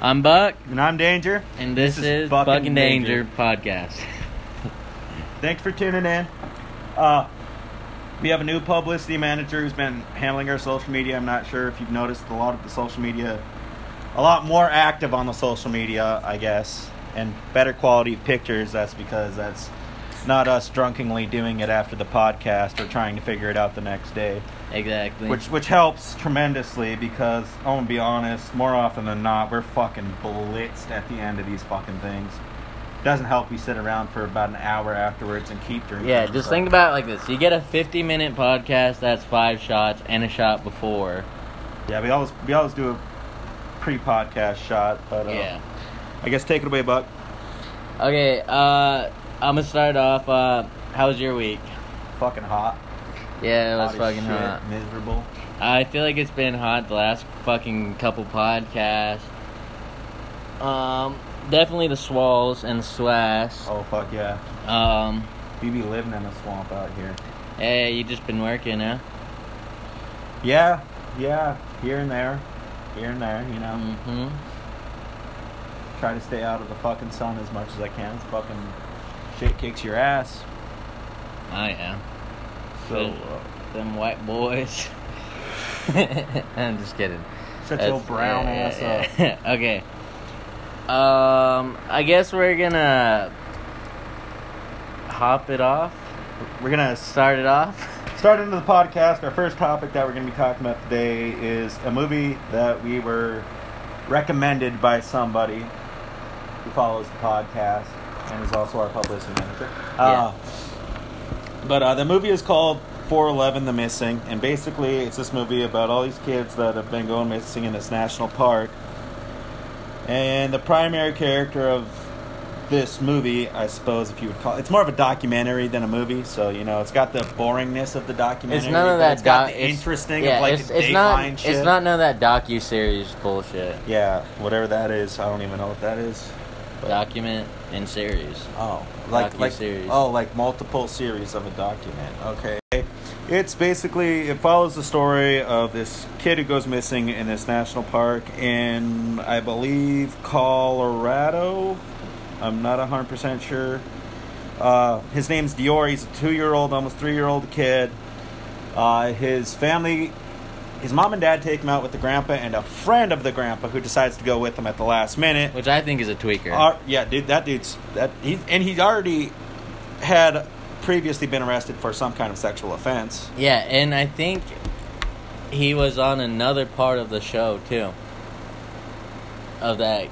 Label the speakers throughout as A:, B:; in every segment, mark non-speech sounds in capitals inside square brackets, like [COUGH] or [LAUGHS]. A: I'm Buck,
B: And I'm Danger.
A: and this, is, Buck, and Danger, podcast. [LAUGHS]
B: Thanks for tuning in. Uh, we have a new publicity manager who's been handling our social media. I'm not sure if you've noticed a lot of the social media, a lot more active on the social media, I guess, and better quality pictures. That's because that's not us drunkenly doing it after the podcast or trying to figure it out the next day.
A: Exactly.
B: Which which helps tremendously because I'm gonna be honest, more often than not, we're fucking blitzed at the end of these fucking things. Doesn't help you sit around for about an hour afterwards and keep drinking.
A: yeah, just think about it like this: you get a 50 minute podcast, that's five shots and a shot before.
B: Yeah, we always we always do a pre-podcast shot, but uh,
A: Yeah.
B: I guess take it away, Buck.
A: Okay. Uh, I'm gonna start off. Uh, how was your week?
B: Fucking hot.
A: Yeah, it was
B: Hot as
A: fucking
B: shit,
A: hot.
B: Miserable.
A: I feel like it's been hot the last fucking couple podcasts. Um, definitely the swalls and swass.
B: Oh fuck yeah.
A: Um,
B: We be living in a swamp out here.
A: hey, you just been working, huh?
B: Yeah, yeah. Here and there, here and there. You know.
A: Mm-hmm.
B: try to stay out of the fucking sun as much as I can. It's fucking shit kicks your ass.
A: I am.
B: So uh,
A: Good. Them white boys. [LAUGHS] I'm just kidding.
B: uh, shut your
A: That's-
B: brown
A: yeah,
B: ass
A: yeah,
B: up.
A: yeah. [LAUGHS] okay. Um, I guess we're gonna hop it off.
B: We're gonna s-
A: Start it
B: [LAUGHS]
A: off.
B: start into the podcast. Our first topic that we're gonna be talking about today is a movie that we were recommended by somebody who follows the podcast and is also our publicity manager. Uh, But uh, the movie is called 411 The Missing, and basically it's this movie about all these kids that have been going missing in this national park. And the primary character of this movie, I suppose, if you would call it's more of a documentary than a movie, so you know it's got the boringness of the documentary.
A: It's none of
B: but
A: that.
B: It's got
A: doc-
B: the
A: it's-
B: interesting
A: yeah,
B: of like
A: it's,
B: the
A: it's not.
B: Dateline
A: It's
B: shit.
A: not none of that docu series bullshit.
B: Yeah, whatever that is, I don't even know what that is.
A: Document and series.
B: Oh, like like
A: Docu-series.
B: oh, like multiple series of a document. Okay, it's basically it follows the story of this kid who goes missing in this national park in I believe Colorado. I'm not hundred percent sure. Uh, his name's Dior. He's a two-year-old, almost three-year-old kid. Uh, his family, his mom and dad take him out with the grandpa and a friend of the grandpa who decides to go with him at the last minute.
A: Which I think is a tweaker.
B: Ar- yeah, dude, that dude's that he and he's already had previously been arrested for some kind of sexual offense.
A: yeah, and I think he was on another part of the show too. Of that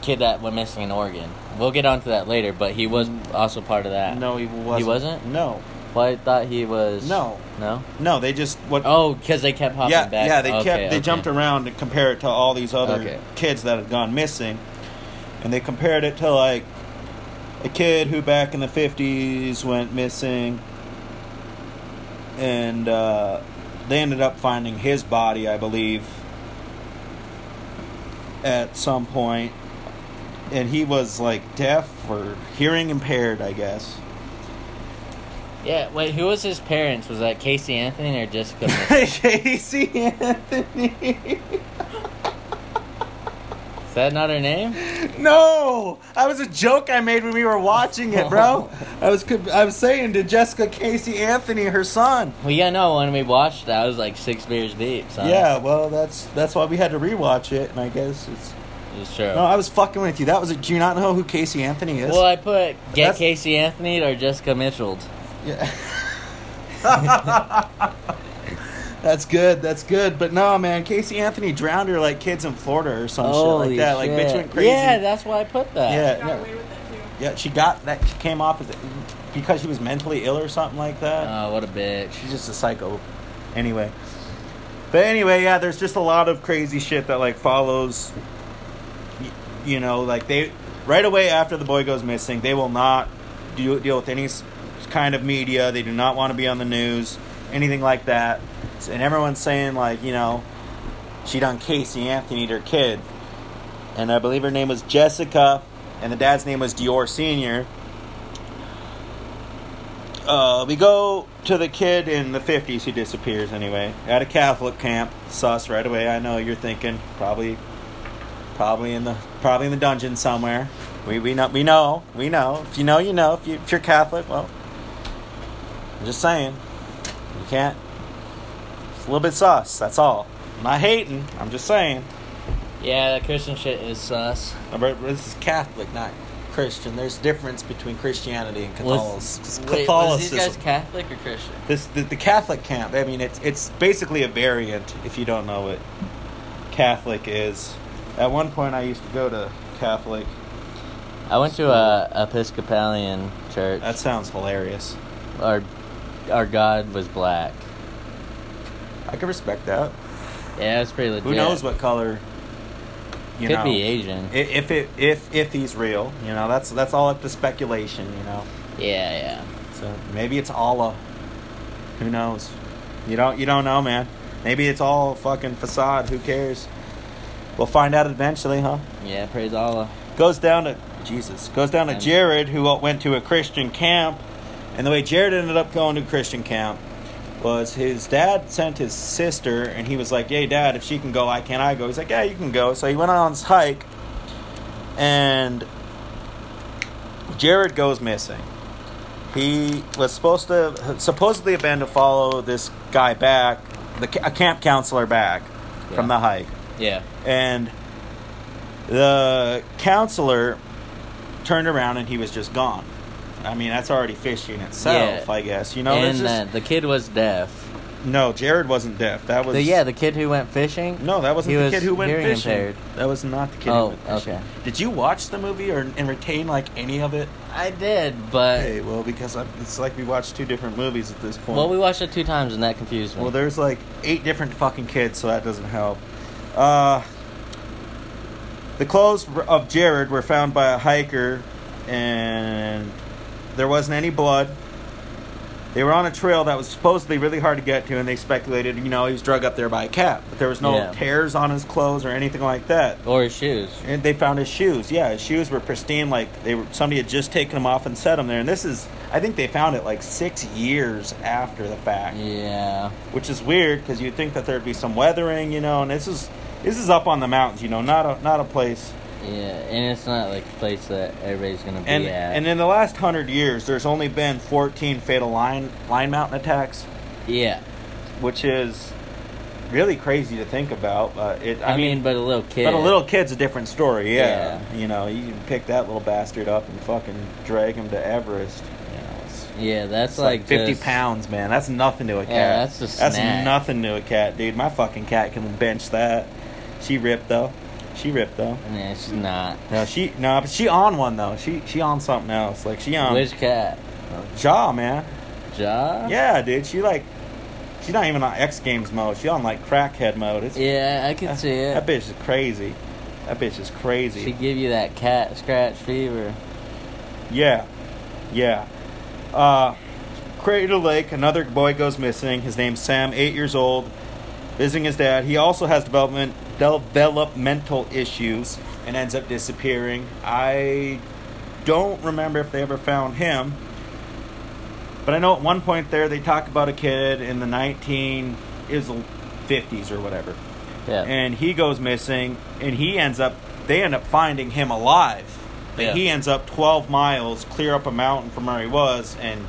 A: kid that went missing in Oregon. We'll get onto that later, but he was also part of that.
B: Mm. No, he wasn't.
A: Uh, He wasn't?
B: No,
A: Well, I thought he was.
B: No.
A: No.
B: no, they just what?
A: Oh, because they kept hopping
B: yeah,
A: back.
B: yeah, they
A: Okay,
B: kept they
A: okay.
B: jumped around to compare it to all these other
A: Okay.
B: kids that had gone missing, and they compared it to like a kid who back in the fifties went missing, and uh, they ended up finding his body, I believe, at some point, and he was like deaf or hearing impaired,
A: [LAUGHS]
B: I guess. [LAUGHS]
A: Yeah. Wait, who was his parents? Was that Casey Anthony or Jessica? Mitchell?
B: Casey Anthony.
A: Is that not her name?
B: No, that was a joke I made when we were watching
A: [LAUGHS]
B: it, bro. I was I was saying to Jessica Casey Anthony, her son.
A: Well, yeah, no. When we watched that, I was like six beers deep. So
B: Yeah, well, that's that's why we had to rewatch it, and I guess it's.
A: it's true.
B: No, I was fucking with you. That was. A, do you not know who Casey Anthony is?
A: well, I put get
B: That's-
A: Casey Anthony or Jessica Mitchell.
B: Yeah. that's good. That's good. But no, man, Casey Anthony drowned her like kids in Florida or some shit like that. Like bitch went crazy.
A: Yeah, that's why I put that.
B: yeah,
C: got
B: yeah,
C: away with that too.
B: yeah. She got that. She came off as because she was mentally ill or something like that.
A: Oh, what a bitch.
B: She's just a psycho. Anyway. But anyway, yeah, there's just a lot of crazy shit that like follows y- you know, like they right away after the boy goes missing, they will not deal, deal with any s- kind of media. They do not want to be on the news, anything like that. S- And everyone's saying like, you know, she done Casey Anthony to her kid. And I believe her name was Jessica and the dad's name was Dior Senior uh, we go to the kid in the 50s who disappears anyway at a Catholic camp. Sus right away. I know you're thinking probably Probably in the probably in the dungeon somewhere. We we know we know we know. If you know, you know. If, you, if you're Catholic, well, I'm just saying, you can't. It's a little bit sus. That's all. I'm not hating. I'm just saying.
A: Yeah, that Christian shit is sus.
B: But This is Catholic, not Christian. There's difference between Christianity and Catholic-
A: Wait,
B: Catholicism.
A: was these guys Catholic or Christian?
B: This the, the Catholic camp. I mean, it's it's basically a variant. If you don't know what Catholic is, at one point I used to go to Catholic.
A: I went to a Episcopalian church.
B: That sounds hilarious.
A: our our God was black.
B: I can respect that.
A: Yeah, that's pretty legit.
B: Who knows what color? You
A: Could
B: know,
A: be Asian.
B: i- If it if if he's real, you know, that's that's all up to speculation. You know,
A: yeah,
B: so maybe it's Allah. Who knows? You don't you don't know, man. Maybe it's all fucking facade. Who cares? We'll find out eventually, huh?
A: yeah, yeah. Praise Allah.
B: goes down to Jesus, goes down to
A: And-
B: Jared, who went to a Christian camp. And the way Jared ended up going to Christian camp was his dad sent his sister, and he was like, "Hey, dad, if she can go, I can I go?" He's like, "Yeah, you can go." So he went on his hike, and Jared goes missing. He was supposed to supposedly have been to follow this guy back, the ca- a camp counselor back from
A: Yeah.
B: the hike
A: Yeah.
B: and the counselor turned around and he was just gone. I mean, that's already fishy in itself,
A: Yeah.
B: I guess. You know,
A: and
B: there's just,
A: uh, the kid was deaf.
B: no, Jared wasn't deaf. That was
A: The, yeah, the kid who went fishing.
B: no, that wasn't
A: he
B: the
A: was
B: kid who went
A: hearing
B: fishing.
A: impaired.
B: That was not the kid.
A: Oh,
B: who went fishing.
A: okay.
B: Did you watch the movie or and retain like any of it?
A: I did, but
B: Hey, well, because I, it's like we watched two different movies at this point.
A: well, we watched it two times and that confused me.
B: Well, there's like eight different fucking kids, so that doesn't help. Uh, the clothes of Jared were found by a hiker, and there wasn't any blood. They were on a trail that was supposedly really hard to get to, and they speculated, you know, he was drug up there by a cat. But there was no
A: Yeah.
B: tears on his clothes or anything like that.
A: or his shoes.
B: And they found his shoes. Yeah, his shoes were pristine, like they were somebody had just taken them off and set them there. And this is, I think they found it like six years after the fact
A: Yeah.
B: which is weird because you'd think that there'd be some weathering, you know. And this is this is up on the mountains, you know, not a not a place.
A: Yeah, and it's not like a place that everybody's gonna be
B: And
A: at.
B: and in the last hundred years, there's only been 14 fatal line line mountain attacks,
A: yeah,
B: which is really crazy to think about. Uh, it,
A: I,
B: I,
A: mean,
B: mean,
A: but a little kid.
B: but a little kid's a different story. Yeah. you know, you can pick that little bastard up and fucking drag him to Everest. You know, it's,
A: Yeah, that's
B: it's like, 50
A: just-
B: pounds, man. That's nothing to a cat.
A: Yeah, that's a snack.
B: That's nothing to a cat, dude. My fucking cat can bench that. She ripped though. She ripped though.
A: Nah, she's not.
B: No, she no, but she on one though. She she on something else. Like she on
A: Which cat?
B: Jaw, man.
A: Ja?
B: Yeah, dude. She like she's not even on X Games mode. She on like crackhead mode. It's
A: Yeah, I
B: Uh,
A: can see it.
B: That bitch is crazy. That bitch is crazy.
A: She give you that cat scratch fever.
B: Yeah, yeah. Uh, Crater Lake, another boy goes missing. His name's Sam, eight years old, visiting his dad. He also has development developmental issues and ends up disappearing. I don't remember if they ever found him, but I know at one point there they talk about a kid in the nineteen is fifties or whatever
A: Yeah.
B: and he goes missing and he ends up they end up finding him alive but
A: Yeah.
B: he ends up 12 miles clear up a mountain from where he was and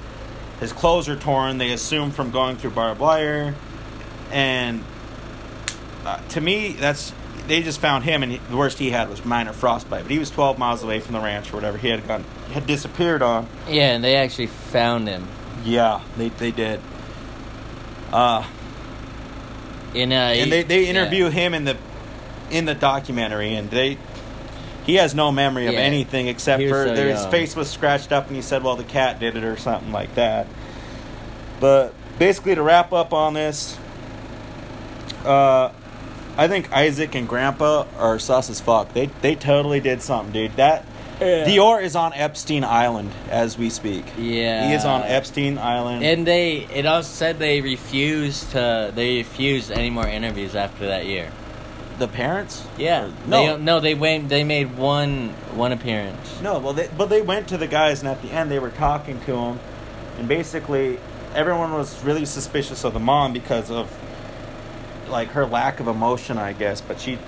B: his clothes are torn they assume from going through barbed wire and uh, to me that's they just found him and he- the worst he had was minor frostbite but he was 12 miles away from the ranch or whatever he had gone had disappeared on
A: yeah, and they actually found him.
B: yeah they, they did uh,
A: And, uh,
B: and
A: he-
B: they, they
A: yeah.
B: interview him in the in the documentary and they he has no memory of
A: Yeah.
B: anything except
A: He was
B: for
A: so
B: there- his
A: young.
B: face was scratched up and he said well the cat did it or something like that but basically to wrap up on this uh i think isaac and grandpa are sus as fuck they they totally did something dude that
A: Yeah.
B: dior is on epstein island as we speak
A: Yeah.
B: he is on epstein island
A: And they, it also said they refused to, they refused any more interviews after that year.
B: the parents
A: Yeah.
B: Or- no
A: They, no, they went, they made one, one appearance.
B: No, well, they, but they went to the guys, and at the end, they were talking to him, and basically, everyone was really suspicious of the mom because of like her lack of emotion, I guess. But she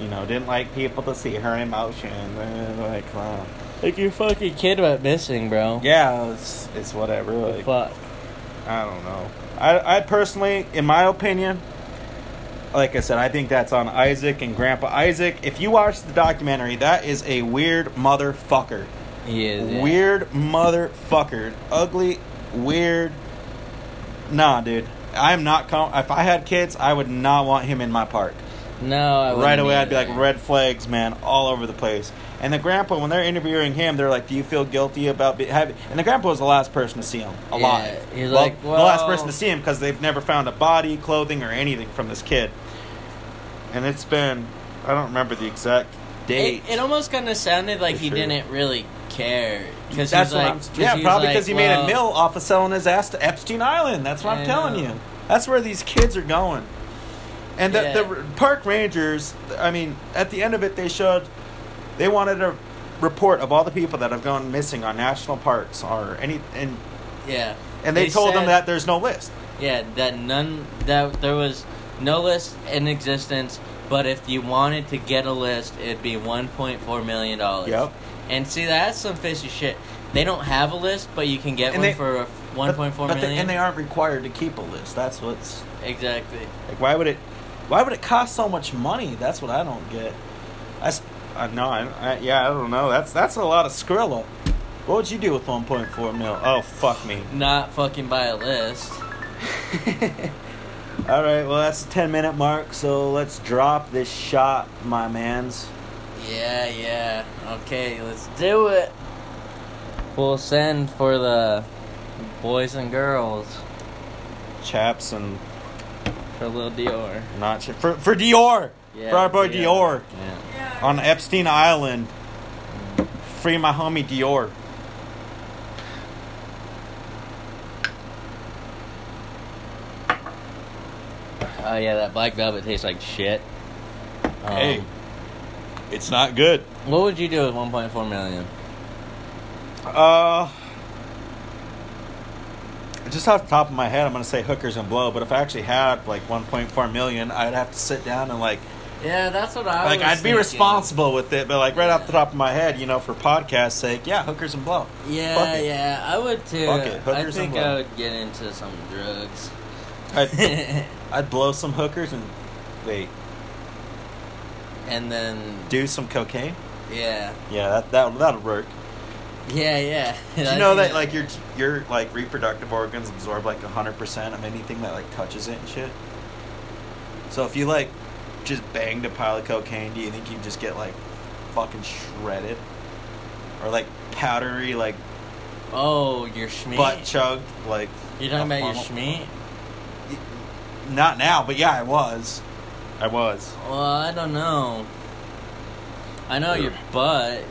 B: you know, didn't like people to see her emotion. [LAUGHS] eh, Like, wow.
A: Like your fucking kid went missing, bro.
B: yeah, it's, it's whatever.
A: The
B: Like,
A: fuck.
B: I don't know. I, I personally, in my opinion, like I said, I think that's on Isaac and Grandpa Isaac. If you watch the documentary, that is a weird motherfucker.
A: He is yeah.
B: Weird motherfucker. Ugly, weird. Nah, dude. I'm not. Com- if I had kids, I would not want him in my park.
A: No, I
B: right
A: wouldn't
B: away, I'd be like,
A: either.
B: red flags, man, all over the place. And the grandpa, when they're interviewing him, they're like, "Do you feel guilty about?" Be- having-" And the grandpa was the last person to see him alive.
A: Yeah, he's
B: Well,
A: like,
B: the last
A: "Well-"
B: person to see him because they've never found a body, clothing, or anything from this kid. And it's been, I don't remember the exact date.
A: It, it almost kind of sounded like
B: For
A: he
B: sure.
A: didn't really care because
B: That's
A: like,
B: what I'm. Yeah,
A: he's
B: probably
A: like,
B: because he
A: well,
B: made a mill off of selling his ass to Epstein Island. That's what I'm
A: I
B: telling
A: know.
B: you. That's where these kids are going. And the,
A: Yeah.
B: the park rangers, I mean, at the end of it, they showed they wanted a report of all the people that have gone missing on national parks or any, and
A: Yeah,
B: and they, told them
A: said-
B: that there's no list.
A: Yeah, that none that there was no list in existence. But if you wanted to get a list, it'd be one point four million dollars.
B: Yep.
A: And see, that's some fishy shit. They don't have a list, but you can get
B: And
A: one
B: they-
A: for one point four
B: But- but they-
A: million.
B: and they aren't required to keep a list. That's what's
A: exactly.
B: Like, why would it? Why would it cost so much money? That's what I don't get. I, s- I know. I, I- yeah, I don't know. That's that's a lot of Skrilla. What would you do with 1.4 mil? Oh fuck me.
A: Not fucking buy a list.
B: All right. Well, that's the 10 minute mark. So let's drop this shot, my man's.
A: Yeah, yeah. Okay, let's do it. We'll send for the boys and girls
B: Chaps and
A: for Lil Dior.
B: not cha- for for Dior.
A: Yeah,
B: for our boy Dior
A: Yeah.
B: on Epstein Island. Free my homie Dior.
A: Oh yeah, that black velvet tastes like shit. Um,
B: Hey, it's not good.
A: what would you do with 1.4 million?
B: Uh, just off the top of my head, I'm gonna say hookers and blow. But if I actually had like 1.4 million, I'd have to sit down and like,
A: Yeah, that's what I
B: like I'd be responsible with it. But like right off the top of my head, you know, for podcast sake, yeah, hookers and blow.
A: Yeah,
B: Fuck it.
A: yeah, I would too.
B: Fuck it,
A: I
B: hookers
A: think
B: and blow.
A: I would get into some
B: [LAUGHS]
A: drugs. [LAUGHS]
B: I'd, I'd blow some hookers and wait,
A: and then,
B: do some cocaine.
A: yeah,
B: Yeah, that that that'll work.
A: yeah, yeah. [LAUGHS]
B: Do you know that like your your like reproductive organs absorb like hundred percent of anything that like touches it and shit. So if you like just banged a pile of cocaine, do you think you just get like fucking shredded or like powdery like
A: Oh, your schmeat.
B: butt chugged like?
A: You're talking
B: a
A: about your
B: funnel?
A: schmeat?
B: Not now, but yeah, I was. I was.
A: Well, I don't know. I know your butt.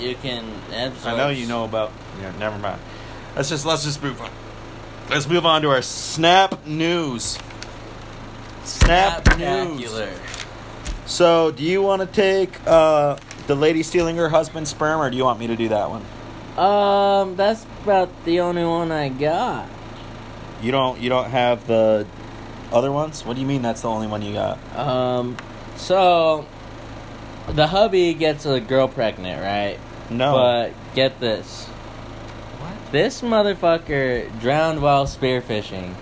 A: You can absorb.
B: I know you know about. Yeah, never mind. Let's just let's just move on. Let's move on to our snap news. Snap news.
A: Spectacular.
B: So, do you want to take uh, the lady stealing her husband's sperm, or do you want me to do that one?
A: Um, that's about the only one I got.
B: You don't. You don't have the other ones. What do you mean? That's the only one you got?
A: Um, so the hubby gets a girl pregnant, right?
B: No.
A: But get this. This motherfucker drowned while spearfishing.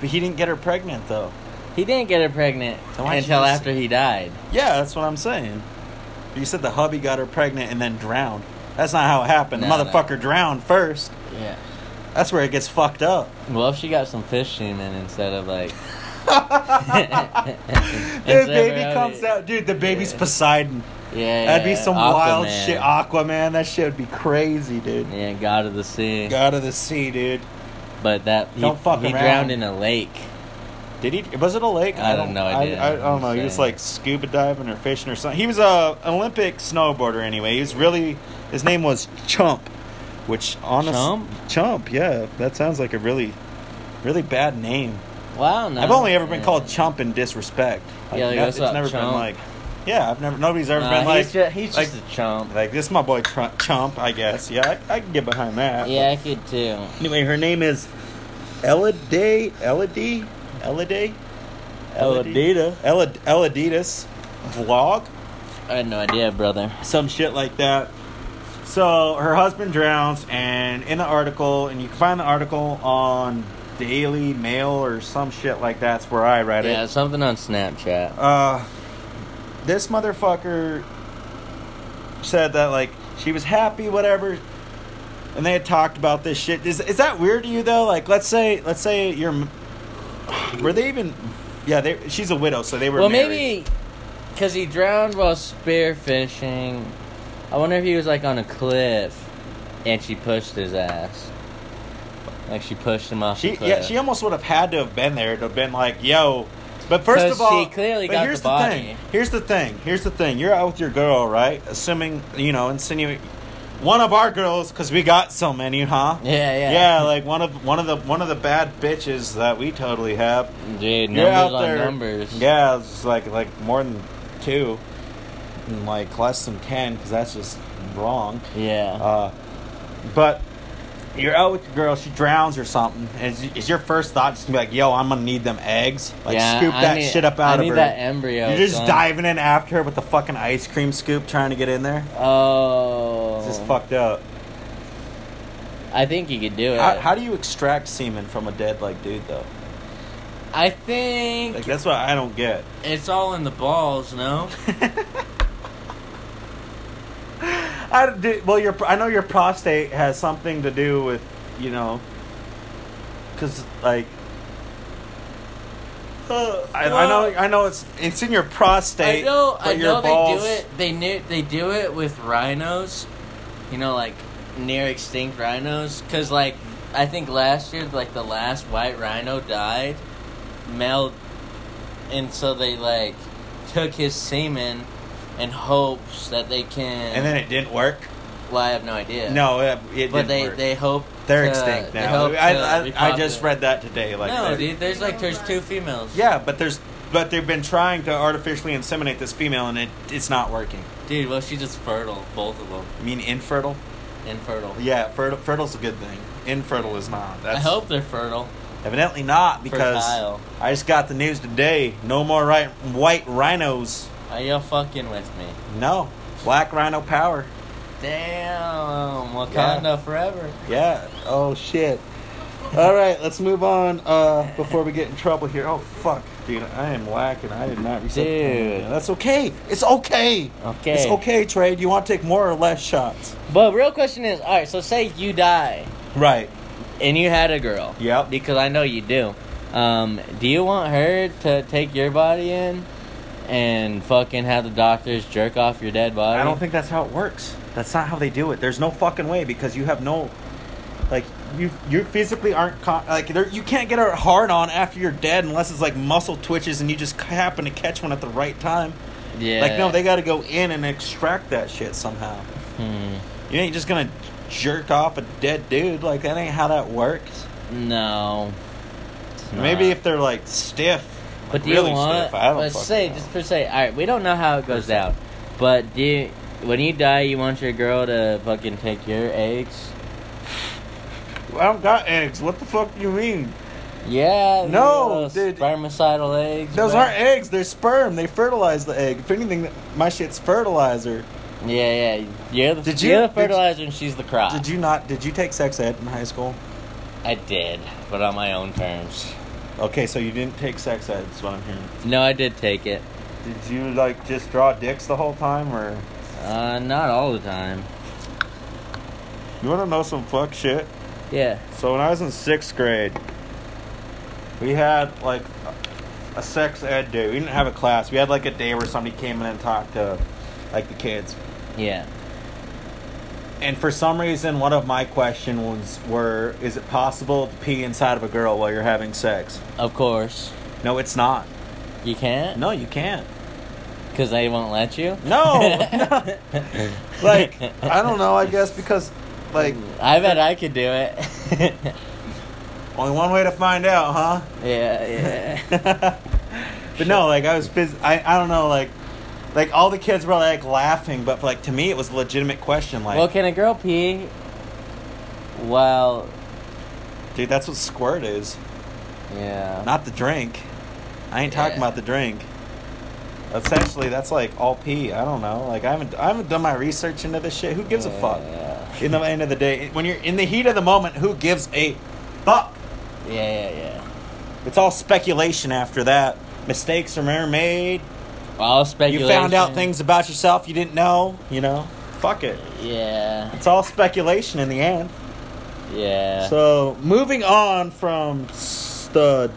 B: But he didn't get her pregnant, though.
A: He didn't get her pregnant
B: Then why'd you
A: until
B: just-
A: after he died.
B: Yeah, that's what I'm saying. You said the hubby got her pregnant and then drowned. That's not how it happened.
A: No,
B: the
A: no.
B: motherfucker drowned first.
A: Yeah.
B: That's where it gets fucked up.
A: [LAUGHS] Well, if she got some fish semen instead of
B: [LAUGHS]
A: like. [LAUGHS]
B: the baby comes out, dude. The baby's
A: Yeah.
B: Poseidon.
A: Yeah,
B: That'd be
A: yeah,
B: some wild
A: Aquaman.
B: shit. Aquaman. That shit would be crazy, dude.
A: Yeah, God of the Sea.
B: God of the sea, dude.
A: But that he,
B: Don't fuck
A: he
B: around.
A: drowned in a lake.
B: Did he? Was it a lake?
A: I don't know, I
B: I,
A: didn't.
B: I, I don't
A: I'm
B: know. He was
A: saying.
B: like scuba diving or fishing or something. He was a Olympic snowboarder anyway. He was really. His name was Chump, which honestly,
A: Chump?
B: Chump. Yeah, that sounds like a really, really bad name.
A: Wow, no.
B: I've only ever been
A: Oh, Yeah.
B: called Chump in disrespect. Like,
A: Yeah, like,
B: no-
A: what's
B: it's
A: up,
B: never
A: Chump?
B: been like. Yeah, I've never. Nobody's ever
A: Nah,
B: been like.
A: he's, just, he's
B: like-
A: just a chump.
B: like this is my boy Tru- Chump, I guess. Yeah, I, I can get behind that.
A: Yeah, I could too.
B: Anyway, her name is Eladay. Eladay. Eladay. Eladay. Eladidas. vlog,
A: I had no idea, brother.
B: some shit like that. So her husband drowns, and in the article, and you can find the article on Daily Mail or some shit like that's where I read
A: Yeah,
B: it.
A: something on Snapchat.
B: Uh, this motherfucker said that like she was happy, whatever. And they had talked about this shit. Is is that weird to you though? Like, let's say, let's say you're. m- Were they even? Yeah, they, she's a widow, so they were.
A: Well,
B: married.
A: maybe because he drowned while spearfishing. I wonder if he was like on a cliff and she pushed his ass. Like she pushed him off
B: She
A: the cliff.
B: yeah, she almost would have had to have been there to have been like, yo. But first
A: 'Cause
B: of all,
A: she clearly
B: but
A: got
B: here's
A: the body.
B: thing. Here's the thing. Here's the thing. You're out with your girl, right? Assuming you know, insinuating one of our girls because we got so many, huh?
A: Yeah, yeah.
B: Yeah, like one of one of the one of the bad bitches that we totally have.
A: Dude,
B: You're out
A: numbers on
B: there,
A: numbers.
B: Yeah, it's like like more than two, and like less than ten because that's just wrong.
A: Yeah.
B: Uh, but you're out with your girl, she drowns or something. And is, is your first thought just to be like, yo, I'm gonna need them eggs? Like,
A: yeah,
B: scoop
A: I
B: that
A: need-
B: shit up out
A: I
B: of
A: need
B: her.
A: that embryo.
B: you're just
A: son.
B: diving in after her with the fucking ice cream scoop trying to get in there?
A: Oh.
B: It's just fucked up.
A: I think you could do it.
B: How, how do you extract semen from a dead, like, dude, though?
A: I think
B: Like, that's what I don't get.
A: it's all in the balls,
B: [LAUGHS]
A: no?
B: I don't do, well, your I know your prostate has something to do with you know, because like. Uh, I, I know, I know it's it's in your prostate.
A: I know,
B: but
A: I
B: your
A: know
B: balls,
A: they do it. They knew they do it with rhinos, you know, like near extinct rhinos. Cause like I think last year, like the last white rhino died, male, and so they like took his semen in hopes that they can.
B: and then it didn't work.
A: well, I have no idea.
B: No, it, it
A: but
B: didn't
A: they
B: work.
A: they hope
B: They're
A: to-
B: extinct
A: they
B: now.
A: hope to
B: I, I, I just
A: repopulate.
B: read that today. Like
A: no,
B: that.
A: dude. There's like there's two females.
B: Yeah, but there's but they've been trying to artificially inseminate this female, and it it's not working.
A: dude. Well, she's just fertile, both of them,
B: I mean, infertile.
A: infertile.
B: Yeah, fertile fertile's a good thing. Infertile is not. That's,
A: I hope they're fertile.
B: Evidently not, because
A: Fertile.
B: I just got the news today. No more right, white rhinos.
A: Are you fucking with me?
B: No, black rhino power.
A: Damn,
B: Yeah.
A: Wakanda forever.
B: Yeah. Oh shit. All right, let's move on uh, before we get in trouble here. Oh fuck, dude, I am lacking. I did not reset. the timer.
A: Dude.
B: that's okay. It's okay.
A: Okay.
B: It's okay, Trey. Do you want to take more or less shots?
A: But real question is, all right. So say you die
B: Right.
A: and you had a girl.
B: Yep.
A: Because I know you do. Um, do you want her to take your body in and fucking have the doctors jerk off your dead body?
B: I don't think that's how it works. That's not how they do it. There's no fucking way because you have no, like you you physically aren't con- like there, you can't get a hard on after you're dead unless it's like muscle twitches and you just happen to catch one at the right time.
A: Yeah.
B: Like no, they got to go in and extract that shit somehow.
A: Hmm.
B: You ain't just gonna jerk off a dead dude like that ain't how that works.
A: No. It's
B: Maybe
A: not.
B: if they're like stiff,
A: But
B: like,
A: do you
B: really
A: want?
B: stiff. I don't
A: let's
B: fucking
A: say
B: know.
A: just for say. All right, we don't know how it goes down, but do you, when you die, you want your girl to fucking take your eggs?
B: I don't got eggs. What the fuck do you mean?
A: Yeah.
B: No,
A: little
B: dude.
A: Spermicidal eggs.
B: Those
A: bro.
B: aren't eggs. They're sperm. They fertilize the egg. If anything, my shit's fertilizer.
A: Yeah, yeah. You're the,
B: Did
A: you, are
B: you-
A: the fertilizer and she's the crop.
B: Did you not? Did you take sex ed in high school?
A: I did, but on my own terms.
B: Okay, so you didn't take sex ed. Is what I'm hearing.
A: No, I did take it.
B: Did you like just draw dicks the whole time, or
A: Uh, not all the time.
B: you want to know some fuck shit?
A: Yeah.
B: So when I was in sixth grade, we had like a- a sex ed day. We didn't have a class. We had like a day where somebody came in and talked to like the kids.
A: Yeah.
B: And for some reason, one of my questions were, "Is it possible to pee inside of a girl while you're having sex?"
A: Of course.
B: No, it's not.
A: You can't?
B: No, you can't.
A: Because they won't let you? [LAUGHS]
B: No, [LAUGHS] no. [LAUGHS] like I don't know. I guess because like
A: I bet I could do it. [LAUGHS]
B: only one way to find out, huh?
A: yeah, yeah.
B: [LAUGHS] but no, like I was, phys- I I don't know, like like all the kids were like laughing, but like to me it was a legitimate question. Like,
A: well, can a girl pee? Well,
B: dude, that's what squirt is,
A: yeah.
B: not the drink. I ain't talking
A: Yeah.
B: about the drink. Essentially, that's like all P. I don't know. Like I haven't I haven't done my research into this shit. Who gives a fuck?
A: Yeah.
B: In the end of the day, when you're in the heat of the moment, who gives a fuck?
A: Yeah, yeah, yeah.
B: It's all speculation after that. Mistakes are made.
A: All speculation.
B: You found out things about yourself you didn't know, you know? Fuck it.
A: Yeah,
B: It's all speculation in the end.
A: yeah.
B: So, moving on from s- the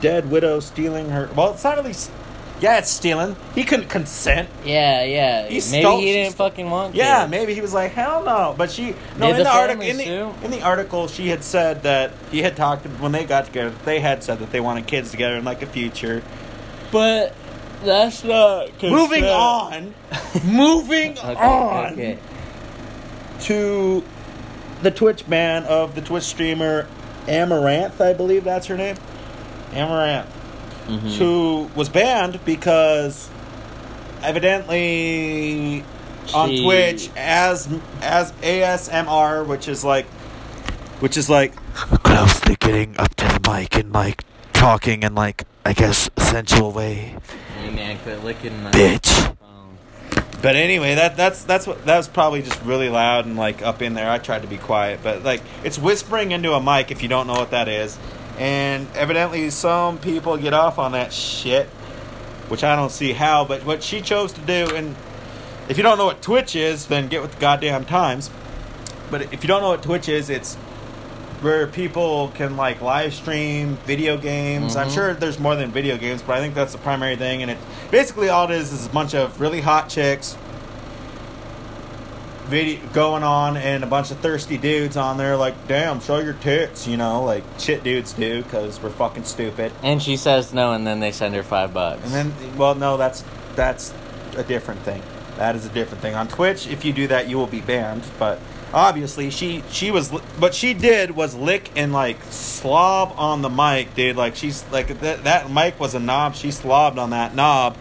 B: dead widow stealing her. Well, it's not really. s- Yeah, it's stealing. He couldn't consent.
A: yeah, yeah.
B: He
A: Maybe
B: stole-
A: he
B: she
A: didn't
B: stole-
A: fucking want.
B: Yeah,
A: to.
B: maybe he was like, hell no. But she no
A: Did
B: in
A: the
B: the, article
A: family
B: in
A: sue?
B: the, in the article she had said that he had talked when they got together. They had said that they wanted kids together and like a future.
A: But that's not. consent.
B: Moving on,
A: [LAUGHS]
B: moving
A: Okay,
B: on
A: okay.
B: to the Twitch man of the Twitch streamer Amaranth, I believe that's her name, Amaranth,
A: Mhm.
B: who was banned because evidently on
A: She-
B: Twitch as as ASMR, which is like, which is like
C: closely getting up to the mic and like talking in like I guess sensual way.
A: Hey man, quit licking my
C: Bitch.
A: phone.
B: But anyway, that that's that's what that was probably just really loud and like up in there. I tried to be quiet, but like it's whispering into a mic if you don't know what that is. And evidently some people get off on that shit, which I don't see how, but what she chose to do and if you don't know what Twitch is, then get with the goddamn times. But if you don't know what Twitch is, it's where people can like live stream video games. I'm
A: Mhm.
B: sure there's more than video games, but I think that's the primary thing. And it basically all it is is a bunch of really hot chicks video going on and a bunch of thirsty dudes on there like damn show your tits you know like shit dudes do because we're fucking stupid
A: And she says no, and then they send her five bucks.
B: and then well no that's that's a different thing that is a different thing on twitch if you do that you will be banned but obviously she she was li- what she did was lick and like slob on the mic dude like she's like that that mic was a knob she slobbed on that knob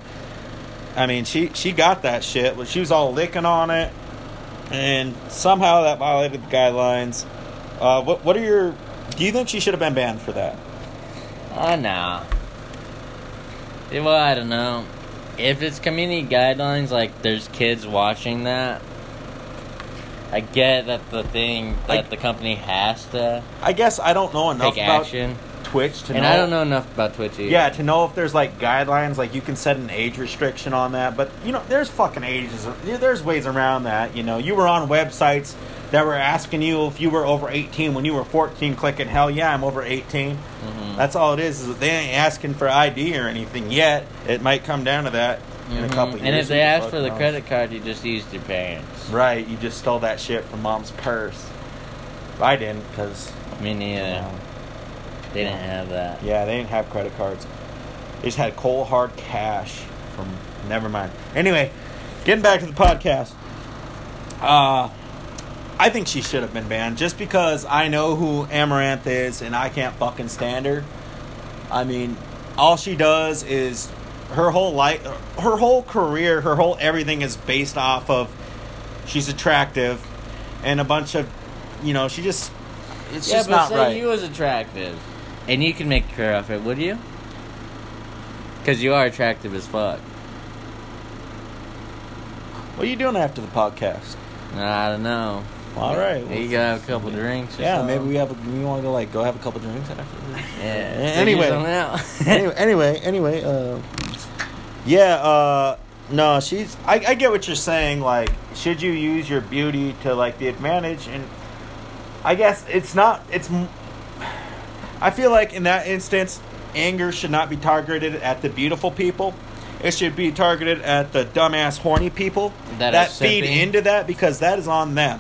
B: i mean she she got that shit but she was all licking on it and somehow that violated the guidelines uh what what are your do you think she should have been banned for that
A: Oh, no. Yeah, Well, I don't know. If it's community guidelines, like there's kids watching that, I get that the thing that
B: Like-
A: the company has to
B: i guess i don't know enough
A: take
B: about
A: action.
B: twitch to
A: And
B: know
A: I don't know enough about Twitch either.
B: Yeah, to know if there's like guidelines, like you can set an age restriction on that. But you know, there's fucking ages. There's ways around that. You know, you were on websites that were asking you if you were over 18 when you were 14, clicking hell yeah, I'm over 18.
A: Mm-hmm.
B: That's all it is. Is that they ain't asking for ID or anything yet. It might come down to that in a
A: Mhm.
B: couple.
A: And
B: years.
A: if they
B: Who the
A: ask
B: fuck
A: for the
B: knows?
A: credit card, you just used your parents.
B: right? You just stole that shit from mom's purse. I didn't because.
A: Me neither. They didn't have that.
B: Yeah, they didn't have credit cards. They just had cold hard cash from never mind. Anyway, getting back to the podcast. Uh I think she should have been banned just because I know who Amaranth is and I can't fucking stand her. I mean, all she does is her whole life, her whole career, her whole everything is based off of she's attractive and a bunch of, you know, she just it's
A: yeah,
B: just
A: but
B: not
A: say
B: right.
A: you was attractive, and you can make a career off it, would you? Because you are attractive as fuck.
B: what are you doing after the podcast?
A: I don't know.
B: All right.
A: You gotta have a couple drinks. Or
B: yeah,
A: something.
B: maybe we have. A, we want to go like go have a couple drinks after. this.
A: Yeah.
B: Anyway.
A: Anyway.
B: [LAUGHS] anyway, anyway, anyway. Uh, yeah. Uh, no, she's. I, I get what you're saying. Like, should you use your beauty to like the advantage? And I guess it's not. It's. m- I feel like in that instance, anger should not be targeted at the beautiful people. It should be targeted at the dumbass, horny people
A: That are
B: that feed
A: simping.
B: into that because that is on them.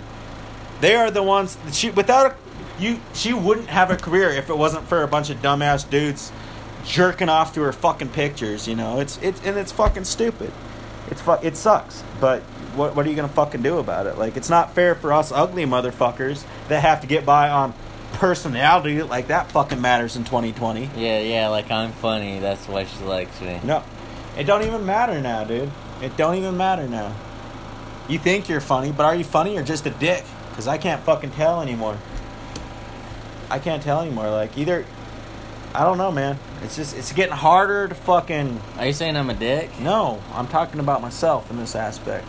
B: They are the ones she without a, you she wouldn't have a career if it wasn't for a bunch of dumbass dudes jerking off to her fucking pictures, you know. It's it's and it's fucking stupid. It's fu- it sucks, but what what are you going to fucking do about it? Like it's not fair for us ugly motherfuckers that have to get by on personality like that fucking matters in 2020.
A: [LAUGHS] yeah, yeah. Like I'm funny. That's why she likes me.
B: No. It don't even matter now, dude. It don't even matter now. You think you're funny, but are you funny or just a dick? Cuz I can't fucking tell anymore. I can't tell anymore. Like either I don't know, man. It's just it's getting harder to fucking.
A: Are you saying I'm a dick?
B: No, I'm talking about myself in this aspect.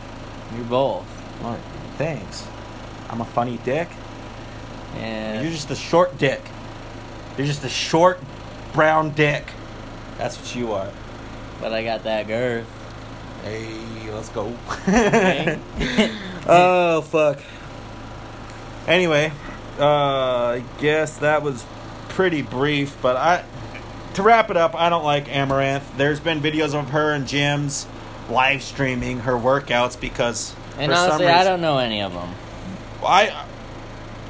A: You're both.
B: Like, thanks. I'm a funny dick.
A: Yeah.
B: You're just a short dick. You're just a short brown dick. That's what you are.
A: but I got that
B: [LAUGHS]
A: girl.
B: Hey, let's go.
A: Okay.
B: [LAUGHS] oh fuck. Anyway, uh, I guess that was pretty brief, but I to wrap it up, I don't like Amaranth. There's been videos of her in gyms live streaming her workouts because
A: and
B: for some
A: honestly, I
B: reason-
A: don't know any of them.
B: I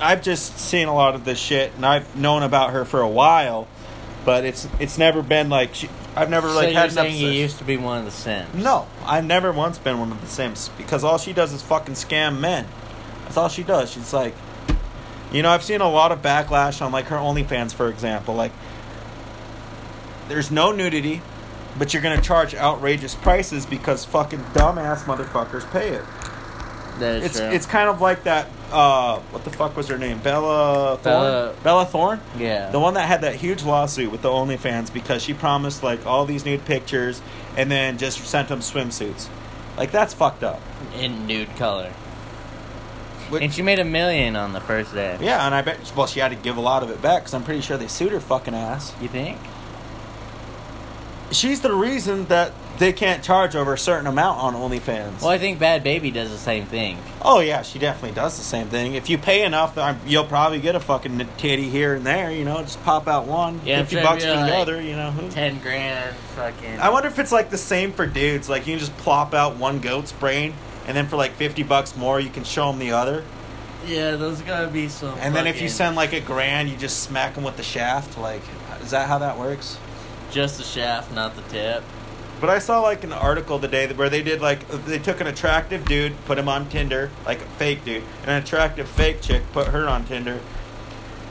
B: I've just seen a lot of this shit, and I've known about her for a while, but it's it's never been like she, I've never
A: So
B: like
A: you're
B: had an
A: saying you
B: obsession.
A: used to be one of the Sims?
B: No, I've never once been one of the Sims because all she does is fucking scam men. That's all she does. She's like, you know, I've seen a lot of backlash on like her OnlyFans, for example. Like, there's no nudity, but you're gonna charge outrageous prices because fucking dumbass motherfuckers pay it.
A: that is
B: It's
A: true.
B: it's kind of like that. Uh, what the fuck was her name? Bella Thorne.
A: Bella-
B: Bella Thorne.
A: yeah.
B: The one that had that huge lawsuit with the OnlyFans because she promised like all these nude pictures and then just sent them swimsuits. Like that's fucked up.
A: in nude color.
B: Which-
A: and she made a million on the first day.
B: Yeah, and I bet. Well, she had to give a lot of it back because I'm pretty sure they sued her fucking ass.
A: You think?
B: She's the reason that they can't charge over a certain amount on OnlyFans.
A: Well, I think Bad Baby does the same thing.
B: Oh yeah, she definitely does the same thing. If you pay enough, then you'll probably get a fucking titty here and there. You know, just pop out one,
A: Yeah, I'm
B: fifty
A: sure
B: bucks for
A: it'd be
B: the
A: like
B: other. You know, who-
A: Ten grand, fucking.
B: I wonder if it's like the same for dudes. Like you can just plop out one goat's brain, and then for like fifty bucks more, you can show them the other.
A: yeah, those gotta be some.
B: And then if you send like a grand, you just smack them with the shaft. Like, is that how that works?
A: just the shaft, not the tip.
B: But I saw like an article today where they did like they took an attractive dude, put him on Tinder, like a fake dude, and an attractive fake chick put her on Tinder,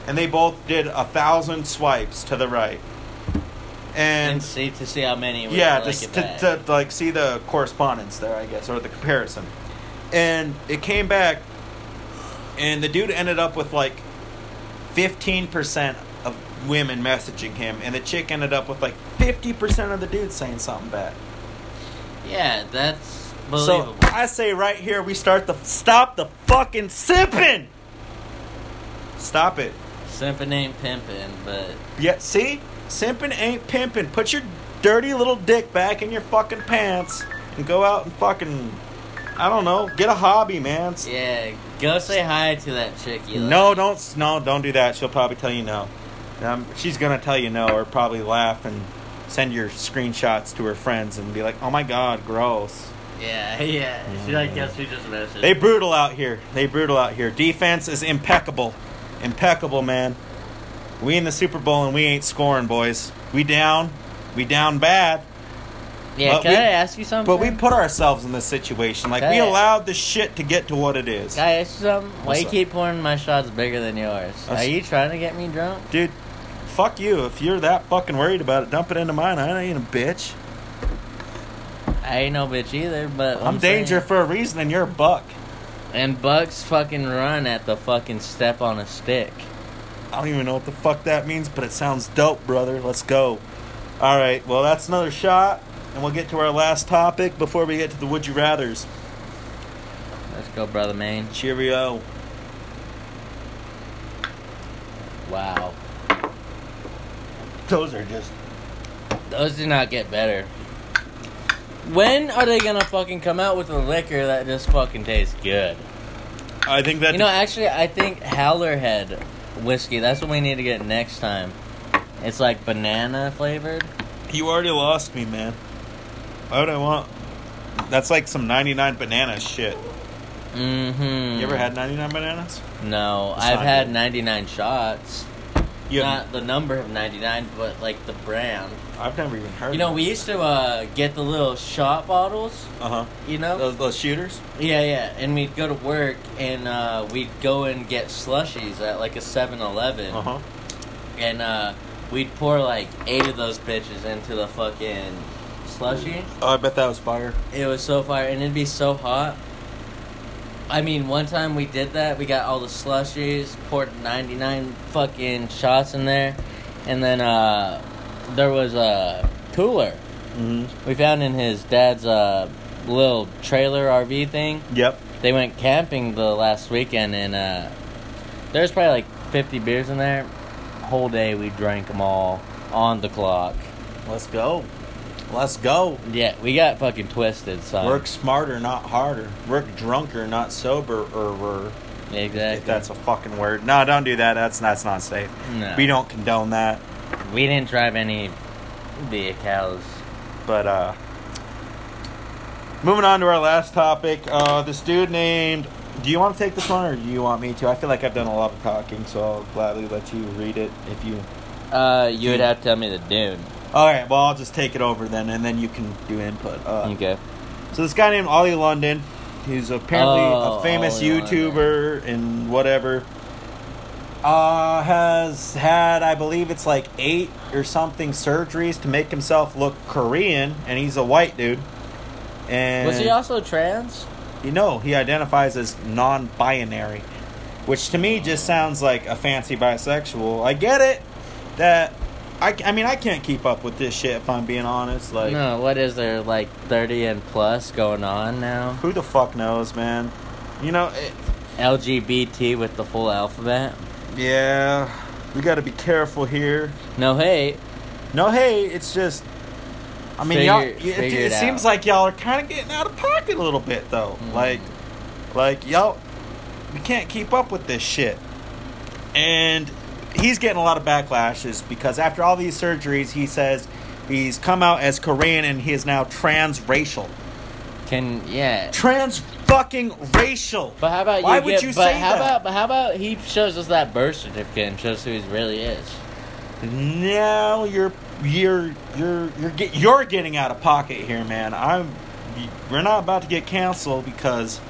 B: and they both did a thousand swipes to the right.
A: And
B: And
A: see to see how many. would
B: yeah,
A: like
B: just
A: it
B: to,
A: back.
B: to, to, like see the correspondence there, I guess, or the comparison. And it came back, and the dude ended up with like fifteen percent of women messaging him, and the chick ended up with like fifty percent of the dudes saying something back.
A: Yeah, that's
B: So
A: believable.
B: I say right here, we start the stop the fucking sipping. Stop it.
A: Simping ain't pimping, but
B: Yeah, see? Simping ain't pimping. Put your dirty little dick back in your fucking pants and go out and fucking, I don't know, get a hobby, man. S-
A: yeah, go say hi to that chick you like.
B: No, don't, s- no, don't do that. She'll probably tell you no. Um, she's gonna tell you no, or probably laugh and send your screenshots to her friends and be like, "Oh my god, gross."
A: Yeah, [LAUGHS] yeah. She like guess we just messaged.
B: They brutal out here. They brutal out here. Defense is impeccable, impeccable, man. We in the Super Bowl and we ain't scoring, boys. We down, we down bad.
A: yeah,
B: but
A: can
B: we-
A: I ask you something?
B: But we put ourselves in this situation. Like we
A: Okay.
B: allowed the shit to get to what it is,
A: Can I ask you something? Why
B: What's
A: you
B: up?
A: keep pouring my shots bigger than yours?
B: That's-
A: Are you trying to get me drunk?
B: dude. Fuck you. If you're that fucking worried about it, dump it into mine. I ain't a bitch.
A: I ain't no bitch either, but
B: I'm, danger for a reason, and you're a buck.
A: saying- And bucks fucking run at the fucking step on a stick.
B: I don't even know what the fuck that means, but it sounds dope, brother. Let's go. All right. Well, that's another shot, and we'll get to our last topic before we get to the would you rather's.
A: Let's go, brother man.
B: Cheerio.
A: Wow,
B: Those are just.
A: those do not get better. When are they gonna fucking come out with a liquor that just fucking tastes good?
B: I think that.
A: You know, actually, I think Howlerhead whiskey. That's what we need to get next time. It's like banana flavored.
B: You already lost me, man. Why would I want? That's like some 99 banana shit.
A: Mm-hmm.
B: You ever had 99 bananas?
A: No,
B: It's
A: I've
B: not
A: had
B: good.
A: 99 shots.
B: You haven't-
A: Not the number of 99, but like the brand.
B: I've never even heard.
A: You know, we used to uh, get the little shot bottles,
B: Uh huh.
A: you know?
B: Those, those shooters.
A: Yeah, yeah. And we'd go to work and uh, we'd go and get slushies at like a 7 Eleven.
B: Uh huh.
A: And uh, we'd pour like eight of those bitches into the fucking slushie.
B: Oh, I bet that was fire.
A: It was so fire, and it'd be so hot. I mean, one time we did that. We got all the slushies, poured ninety nine fucking shots in there, And then uh, there was a cooler
B: Mm-hmm.
A: we found in his dad's uh, little trailer RV thing.
B: Yep.
A: They went camping the last weekend, and uh, there's probably like 50 beers in there. Whole day we drank them all on the clock.
B: Let's go. Let's go.
A: Yeah, we got fucking twisted, son.
B: Work smarter, not harder. Work drunker, not sober. Er,
A: Exactly.
B: if that's a fucking word. No, don't do that. That's that's not safe.
A: No.
B: We don't condone that.
A: We didn't drive any vehicles.
B: But uh, moving on to our last topic. Uh, this dude named. Do you want to take this one, or do you want me to? I feel like I've done a lot of talking, so I'll gladly let you read it if you.
A: Uh, you would have to tell me the dude.
B: All right. Well, I'll just take it over then, and then you can do input. Uh,
A: Okay.
B: So this guy named Ollie London, he's apparently
A: Oh,
B: a famous
A: Ollie
B: YouTuber and whatever. Uh, has had I believe it's like eight or something surgeries to make himself look Korean, and he's a white dude. And
A: Was he also trans?
B: you know he identifies as non-binary, which to me just sounds like a fancy bisexual. I get it that I, I mean I can't keep up with this shit if I'm being honest. Like
A: no, what is there, like 30 and plus going on now?
B: who the fuck knows, man? You know. It,
A: LGBT with the full alphabet?
B: Yeah, we got to be careful here.
A: No hate.
B: No, hey, it's just. I mean,
A: Figure-
B: y'all, it,
A: figure it
B: it seems
A: out.
B: like y'all are kind of getting out of pocket a little bit, though.
A: Mm.
B: Like, like y'all, we can't keep up with this shit. And he's getting a lot of backlashes because after all these surgeries, he says he's come out as Korean and he is now transracial.
A: Can yeah.
B: Trans fucking racial.
A: But how about you
B: Why would
A: get-
B: you
A: but
B: say
A: how
B: that?
A: about but how about he shows us that birth certificate and shows who he really is?
B: Now you're you're you're you're get, you're getting out of pocket here, man. I'm y- we're not about to get canceled because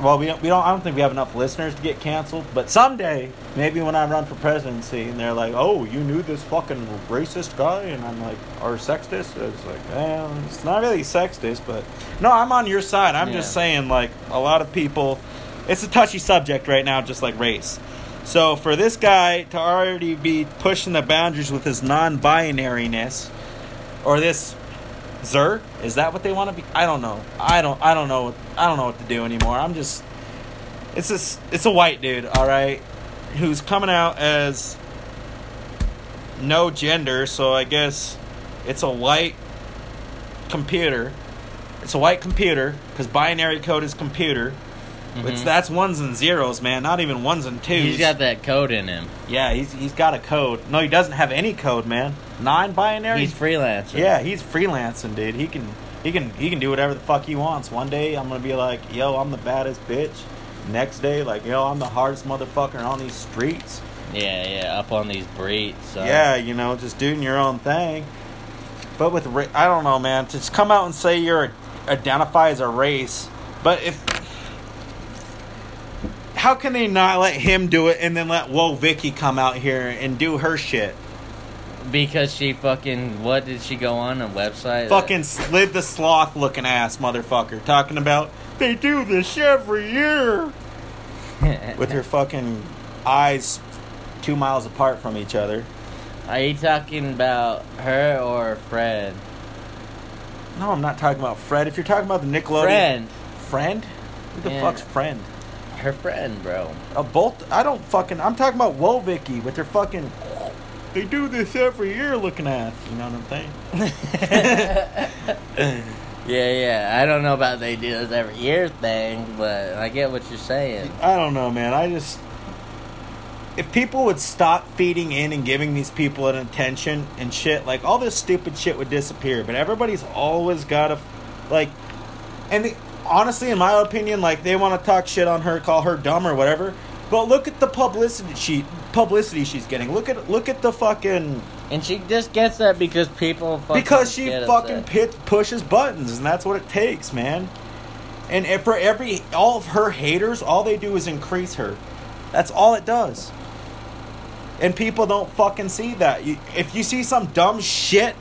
B: well, we don't, we don't I don't think we have enough listeners to get canceled, but someday maybe when I run for presidency and they're like, "Oh, you knew this fucking racist guy," and I'm like, "Or sexist?" It's like, well, it's not really sexist, but no, I'm on your side. I'm just
A: Yeah.
B: saying, like, a lot of people, it's a touchy subject right now, just like race. So for this guy to already be pushing the boundaries with his non-binariness, or this Zer? Is that what they want to be? I don't know. I don't. I don't know. I don't know what to do anymore. I'm just. It's this. It's a white dude. All right, who's coming out as no gender. So I guess it's a white computer. It's a white computer because binary code is computer. It's
A: Mhm.
B: that's ones and zeros, man. Not even ones and 2s
A: He's got that code in him.
B: yeah, he's he's got a code. No, he doesn't have any code, man. Non-binary.
A: He's freelancer.
B: Yeah, he's freelancing, dude. He can he can he can do whatever the fuck he wants. One day I'm gonna be like, yo, I'm the baddest bitch. Next day, like, yo, I'm the hardest motherfucker on these streets.
A: Yeah, yeah, up on these breeds. So.
B: Yeah, you know, just doing your own thing. But with ra- I don't know, man. To just come out and say you're identify as a race, but if how can they not let him do it and then let Whoa Vicky come out here and do her shit?
A: Because she fucking what did she go on a website?
B: fucking slid the sloth looking ass motherfucker talking about they do this
A: [LAUGHS]
B: every year with her fucking eyes two miles apart from each other
A: Are you talking about her or Fred?
B: no i'm not talking about fred if you're talking about the nickelodeon
A: Friend.
B: friend who the
A: Yeah.
B: fuck's friend
A: Her friend,
B: [LAUGHS]
A: bro. [LAUGHS]
B: a bolt i don't fucking i'm talking about Whoa Vicky with her fucking they do this every year looking ass you know what i'm saying
A: Yeah, yeah. I don't know about they do this every year thing, but I get what you're saying.
B: I don't know, man. I just if people would stop feeding in and giving these people an attention and shit, like all this stupid shit would disappear. But everybody's always got to, like, and the, honestly, in my opinion, like they want to talk shit on her, call her dumb or whatever. But look at the publicity she publicity she's getting. Look at look at the fucking
A: And she just gets that because people fucking
B: because she
A: get
B: fucking
A: upset.
B: pit, pushes buttons, and that's what it takes, man. And if for every all of her haters, all they do is increase her. That's all it does. And people don't fucking see that. You, if you see some dumb shit,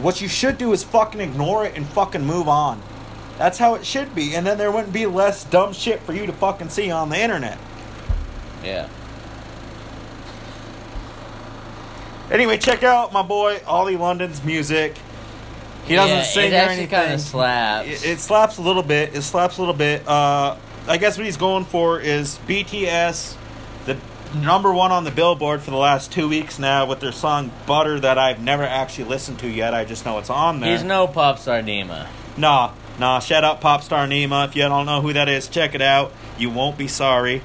B: what you should do is fucking ignore it and fucking move on. That's how it should be. And then there wouldn't be less dumb shit for you to fucking see on the internet.
A: Yeah.
B: Anyway, check out my boy Ollie London's music. He doesn't
A: Yeah, it
B: sing or
A: actually
B: anything.
A: kind of slaps.
B: It, it slaps a little bit. It slaps a little bit. Uh, I guess what he's going for is BTS, the number one on the Billboard for the last two weeks now with their song "Butter" that I've never actually listened to yet. I just know it's on there.
A: He's no pop star Nima.
B: Nah, nah. Shout out Popstar Nima. If you don't know who that is, check it out. You won't be sorry.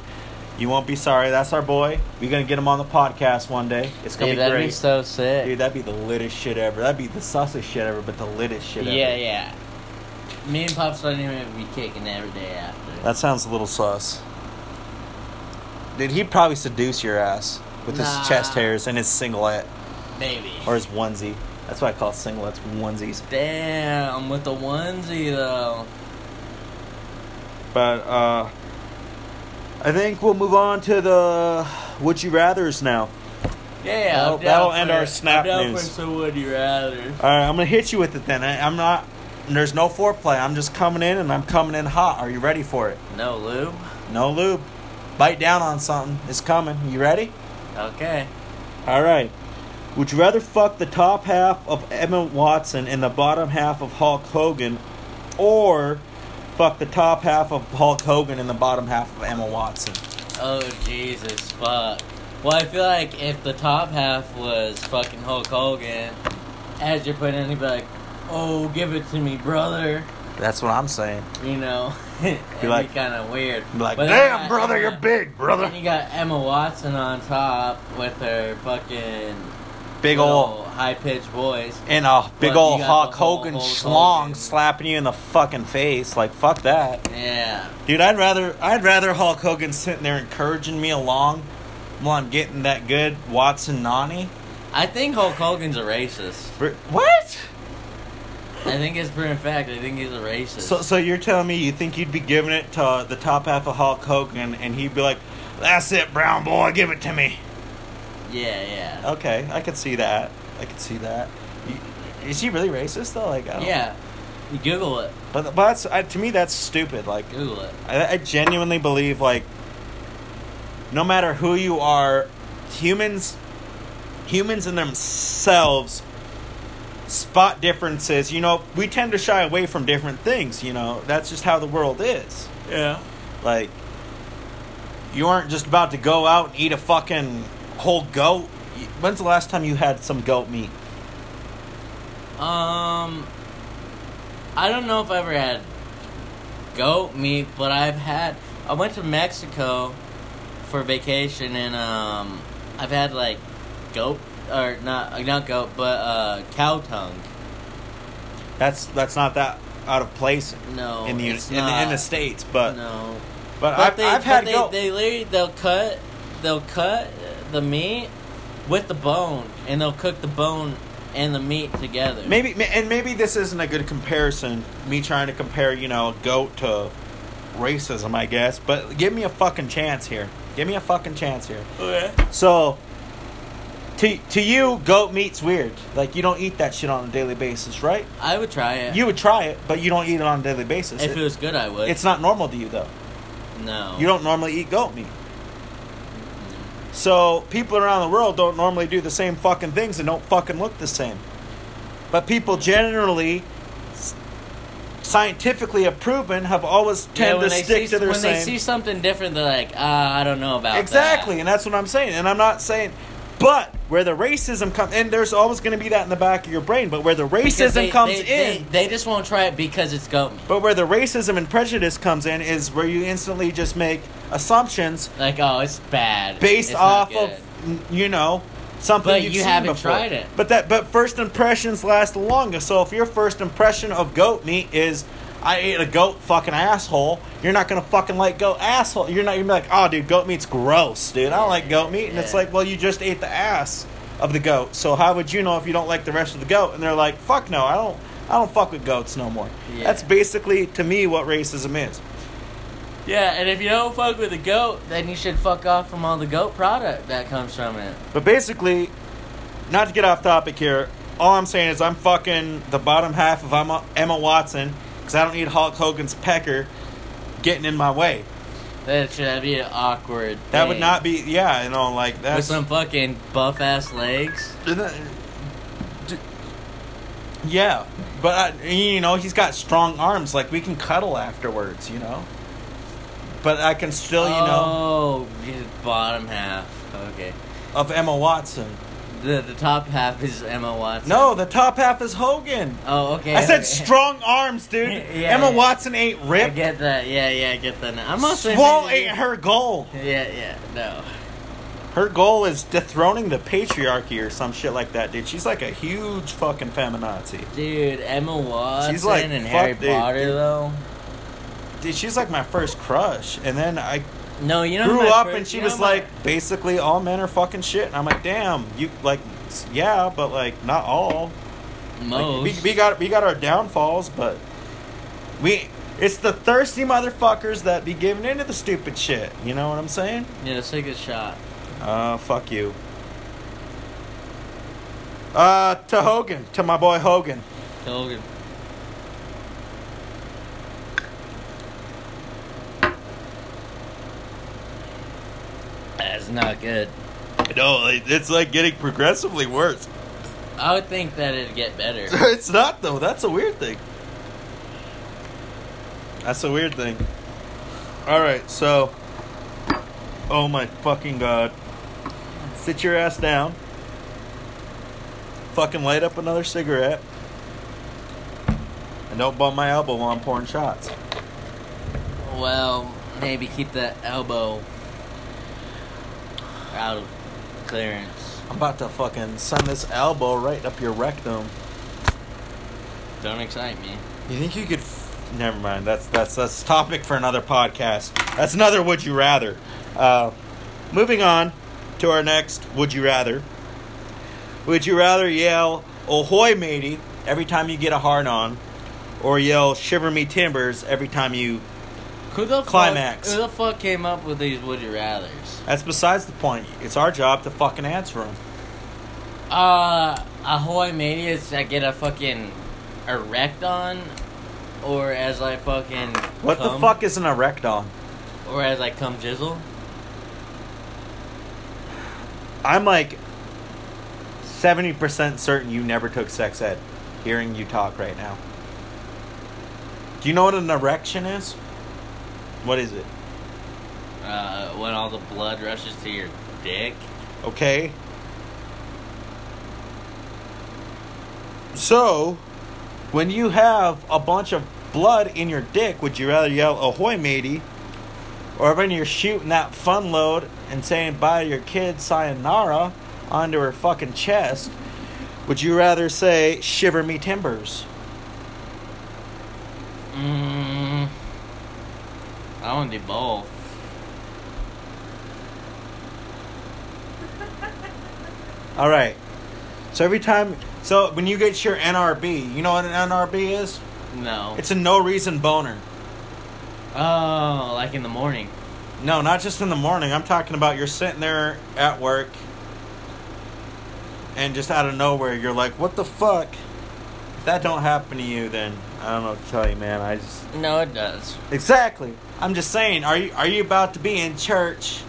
B: You won't be sorry. That's our boy. We're gonna get him on the podcast one day. It's gonna
A: Dude,
B: be
A: that'd
B: great.
A: be so sick.
B: Dude, that'd be the littest shit ever. That'd be the sussest shit ever, but the littest shit ever.
A: yeah, yeah. Me and Pop Star Nima would be kicking every day after.
B: That sounds a little sus. Dude, he'd probably seduce your ass with
A: Nah.
B: his chest hairs and his singlet
A: Maybe.
B: or his onesie. That's why I call singlets onesies.
A: Damn, with the onesie though.
B: But uh, I think we'll move on to the would you rather's now.
A: Yeah,
B: That'll-
A: I'm down
B: that'll end
A: for-
B: our snap
A: I'm down
B: news.
A: for some would you rather.
B: All right, I'm gonna hit you with it then. I, I'm not. There's no foreplay. I'm just coming in and I'm coming in hot. Are you ready for it?
A: No lube.
B: No lube. Bite down on something. It's coming. You ready?
A: Okay.
B: All right. Would you rather fuck the top half of Emma Watson and the bottom half of Hulk Hogan, or fuck the top half of Hulk Hogan and the bottom half of Emma Watson?
A: Oh Jesus, fuck. Well, I feel like if the top half was fucking Hulk Hogan, as you're putting it, he'd be like, "Oh, give it to me, brother,"
B: That's what I'm saying.
A: you know. [LAUGHS] It'd be
B: like-
A: kind of weird.
B: Be like,
A: But then you
B: damn,
A: got
B: brother,
A: Emma-
B: you're big, brother.
A: then You got Emma Watson on top with her fucking
B: Big ol'
A: high pitched voice.
B: and a big
A: But
B: ol'
A: you got
B: Hulk
A: the whole
B: Hogan
A: Hulk
B: schlong
A: Hogan.
B: slapping you in the fucking face. Like fuck that,
A: Yeah.
B: dude. I'd rather I'd rather Hulk Hogan sitting there encouraging me along while I'm getting that good Watson Nani.
A: I think Hulk Hogan's a racist.
B: Br- What?
A: I think it's proven fact. I think he's a racist.
B: So, so you're telling me you think you'd be giving it to uh, the top half of Hulk Hogan, and he'd be like, "That's it, brown boy, give it to me."
A: yeah, yeah.
B: Okay, I could see that. I could see that. You- Is he really racist though? Like, I don't,
A: Yeah. Google it.
B: But, but that's, I, to me, that's stupid. Like,
A: Google it.
B: I, I genuinely believe like, no matter who you are, humans, humans in themselves spot differences. You know, we tend to shy away from different things. You know, that's just how the world is.
A: Yeah.
B: Like, you aren't just about to go out and eat a fucking whole goat. You- When's the last time you had some goat meat?
A: Um, I don't know if I ever had goat meat, but I've had. I went to Mexico for vacation, and um, I've had like goat or not not goat, but uh, cow tongue.
B: That's that's not that out of place
A: No,
B: in the
A: it's
B: in, the in the
A: not.
B: states, but
A: no,
B: but,
A: but
B: I've,
A: they,
B: I've
A: but
B: had
A: they,
B: goat.
A: they literally they'll cut they'll cut the meat with the bone, and they'll cook the bone and the meat together.
B: Maybe ma- and maybe this isn't a good comparison. Me trying to compare, you know, a goat to racism, I guess. But give me a fucking chance here. Give me a fucking chance here.
A: Okay.
B: So, to to you, goat meat's weird. Like you don't eat that shit on a daily basis, right?
A: I would try it.
B: You would try it, but you don't eat it on a daily basis.
A: if it was good, I would.
B: it's not normal to you though.
A: no.
B: You don't normally eat goat meat. So people around the world don't normally do the same fucking things and don't fucking look the same. But people generally, s- scientifically have proven, have always tend to
A: they
B: stick
A: see,
B: to their
A: when
B: same.
A: they see something different, they're like, ah, I don't know about
B: exactly,
A: that.
B: and that's what I'm saying. And I'm not saying, but where the racism comes, and there's always going to be that in the back of your brain. But where the racism
A: Because they-
B: comes
A: they,
B: in,
A: They, they just won't try it because it's goat meat.
B: but where the racism and prejudice comes in is where you instantly just make assumptions
A: Like, oh, it's bad.
B: based
A: It's not
B: off
A: good.
B: of n- you know something
A: But
B: you've
A: you
B: seen
A: haven't
B: before.
A: tried it.
B: But that but first impressions last the longest. So if your first impression of goat meat is I ate a goat fucking asshole, you're not gonna fucking like goat asshole. You're not you're gonna be like, oh dude, goat meat's gross, dude. I don't like goat meat. And it's
A: Yeah.
B: like, well, you just ate the ass of the goat. So how would you know if you don't like the rest of the goat? And they're like, fuck no, I don't. I don't fuck with goats no more.
A: Yeah.
B: That's basically to me what racism is.
A: Yeah, and if you don't fuck with the goat, then you should fuck off from all the goat product that comes from it.
B: But basically, not to get off topic here, all I'm saying is I'm fucking the bottom half of Emma, Emma Watson because I don't need Hulk Hogan's pecker getting in my way.
A: That should be an awkward.
B: That would
A: thing.
B: not be, yeah, you know, like
A: with
B: that's.
A: some fucking buff ass legs.
B: Isn't that- d- Yeah, but I, you know he's got strong arms. Like we can cuddle afterwards, you know. But I can still, you know,
A: oh, his bottom half. Okay,
B: of Emma Watson.
A: the the top half is Emma Watson.
B: No, the top half is Hogan.
A: Oh, okay.
B: I said
A: okay.
B: strong arms, dude.
A: [LAUGHS] Yeah,
B: Emma
A: yeah.
B: Watson ain't
A: I
B: ripped.
A: get that. Yeah, yeah, I get that. Now. I'm also
B: Swole ain't her goal.
A: Yeah, yeah, no.
B: Her goal is dethroning the patriarchy or some shit like that, dude. She's like a huge fucking feminazi.
A: Dude, Emma Watson
B: She's like,
A: and
B: fuck,
A: Harry
B: dude,
A: Potter,
B: dude.
A: though.
B: Dude, she's like my first crush, and then I
A: No, you know. who
B: grew
A: my
B: up
A: fir-
B: and she
A: you know
B: was
A: my-
B: like basically all men are fucking shit and i'm like damn you like s- yeah but like not all like, we,
A: most.
B: we got we got our downfalls but we it's the thirsty motherfuckers that be giving into the stupid shit you know what i'm saying
A: yeah, let's take a shot.
B: uh fuck you uh to hogan to my boy hogan
A: Hogan. That's not good.
B: no it- it's like getting progressively worse
A: I would think that it'd get
B: [LAUGHS]
A: better.
B: it's not though that's a weird thing that's a weird thing all right so oh my fucking god sit your ass down fucking light up another cigarette and don't bump my elbow while i'm pouring shots
A: well, maybe keep that elbow out of clearance.
B: i'm about to fucking send this elbow right up your rectum
A: Don't excite me.
B: you think you could f- never mind that's that's that's topic for another podcast that's another would you rather uh, moving on to our next would you rather would you rather yell ahoy matey every time you get a hard on or yell shiver me timbers every time you
A: Who the
B: Climax.
A: Fuck, who the fuck came up with these would you rather's?
B: that's besides the point it's our job to fucking answer them
A: Uh, ahoy manias I get a fucking erect on, or as I fucking
B: what the
A: cum,
B: fuck is an erecton
A: or as I come jizzle.
B: i'm like 70% certain you never took sex ed hearing you talk right now do you know what an erection is what is it
A: Uh, when all the blood rushes to your dick.
B: okay so when you have a bunch of blood in your dick would you rather yell ahoy matey or when you're shooting that fun load and saying bye to your kid sayonara onto her fucking chest would you rather say shiver me timbers
A: Mm, I want to do both.
B: all right so every time so when you get your nrb you know what an nrb is
A: No.
B: it's a no reason boner
A: oh, like in the morning.
B: No, not just in the morning. I'm talking about you're sitting there at work and just out of nowhere you're like, "What the fuck?" If that don't happen to you, then I don't know what to tell you, man. I just
A: No, it does.
B: Exactly. I'm just saying, are you are you about to be in church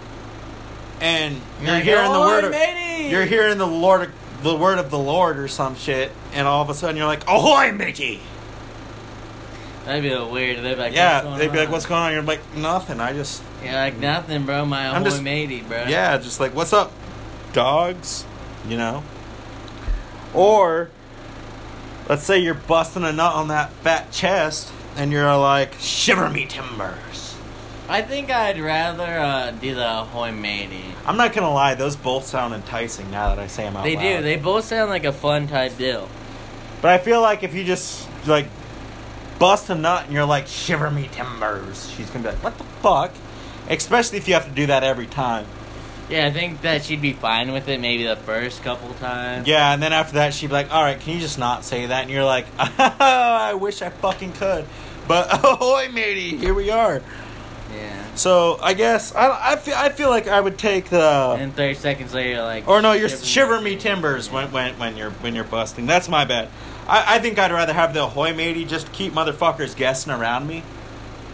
B: and you're
A: Like, "Oh,
B: hearing the
A: "Ahoy,
B: word of,
A: matey!"
B: you're hearing the Lord the word of the Lord or some shit and all of a sudden you're like, "Ahoy, Mickey."
A: That'd be a weird. They'd be like,
B: Yeah,
A: what's
B: they'd be like,
A: on?"
B: "What's going on?" You're like, "Nothing. I just
A: Yeah, like nothing, bro. My
B: I'm
A: ahoy
B: just-
A: matey, bro.
B: Yeah, just like, what's up, dogs? You know? Or, let's say you're busting a nut on that fat chest and you're like, shiver me timbers.
A: I think I'd rather uh, do the ahoy matey.
B: I'm not gonna lie, those both sound enticing now that I say them out
A: They
B: loud.
A: do. They both sound like a fun type deal.
B: But I feel like if you just, like, bust a nut and you're like, shiver me timbers, she's gonna be like, what the fuck? Especially if you have to do that every time.
A: Yeah, I think that she'd be fine with it maybe the first couple times.
B: Yeah, and then after that, she'd be like, "All right, can you just not say that?" And you're like, [LAUGHS] "Oh, "I wish I fucking could," but [LAUGHS] ahoy, matey, here we are.
A: Yeah.
B: So I guess I, I feel I feel like I would take the
A: And 30 seconds later, you're like.
B: or no, you're shiver me timbers when, when when you're when you're busting. That's my bad. I, I think I'd rather have the ahoy matey just to keep motherfuckers guessing around me.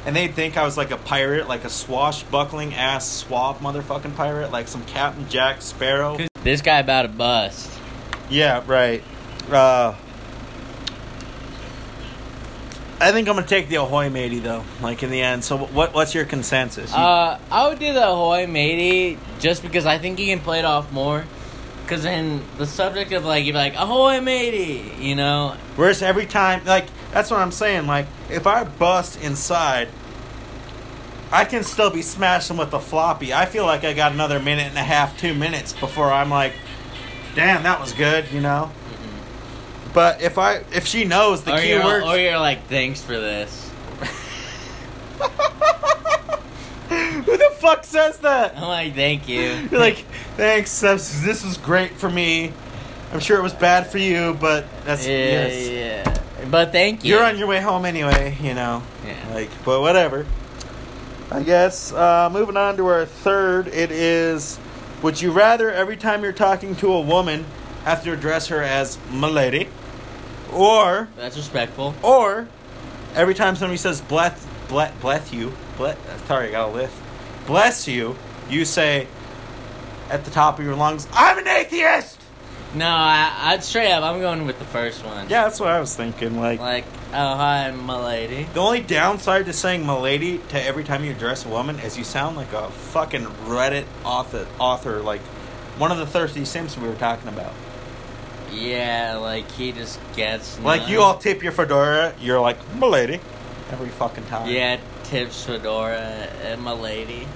B: and they'd think I was like a pirate, like a swashbuckling ass swab motherfucking pirate, like some Captain Jack Sparrow.
A: This guy about to bust.
B: Yeah, right. Uh, I think I'm gonna take the Ahoy Matey though. Like in the end, so what? What's your consensus? You-
A: Uh, I would do the Hawaii matey just because I think he can play it off more. Cause then the subject of like you're like Ahoy matey, you know,
B: Whereas every time, like that's what I'm saying. Like if I bust inside, I can still be smashing with the floppy. I feel like I got another minute and a half, two minutes before I'm like, damn, that was good, you know. But if I if she knows the
A: or
B: key
A: you're,
B: words,
A: or you're like thanks for this.
B: [LAUGHS] who the fuck says that?
A: I'm like thank
B: [LAUGHS]
A: you.
B: You're like, thanks, this this was great for me. I'm sure it was bad for you, but that's
A: yeah,
B: yes.
A: yeah. But thank you.
B: You're on your way home anyway, you know.
A: Yeah.
B: Like, but whatever. I guess uh, moving on to our third, it is would you rather every time you're talking to a woman have to address her as milady or
A: That's respectful.
B: or every time somebody says bless bless, bless you bless, sorry I got a lift bless you you say at the top of your lungs I'm an atheist
A: No, I, I'd straight up. I'm going with the first one.
B: yeah that's what I was thinking like
A: Like oh hi my lady.
B: The only downside to saying "milady" to every time you address a woman is you sound like a fucking Reddit author, author like one of the thirsty Sims we were talking about.
A: Yeah, like he just gets
B: Like
A: none.
B: you all tip your fedora, you're like "milady" every fucking time.
A: Yeah, tips, fedora, and my lady.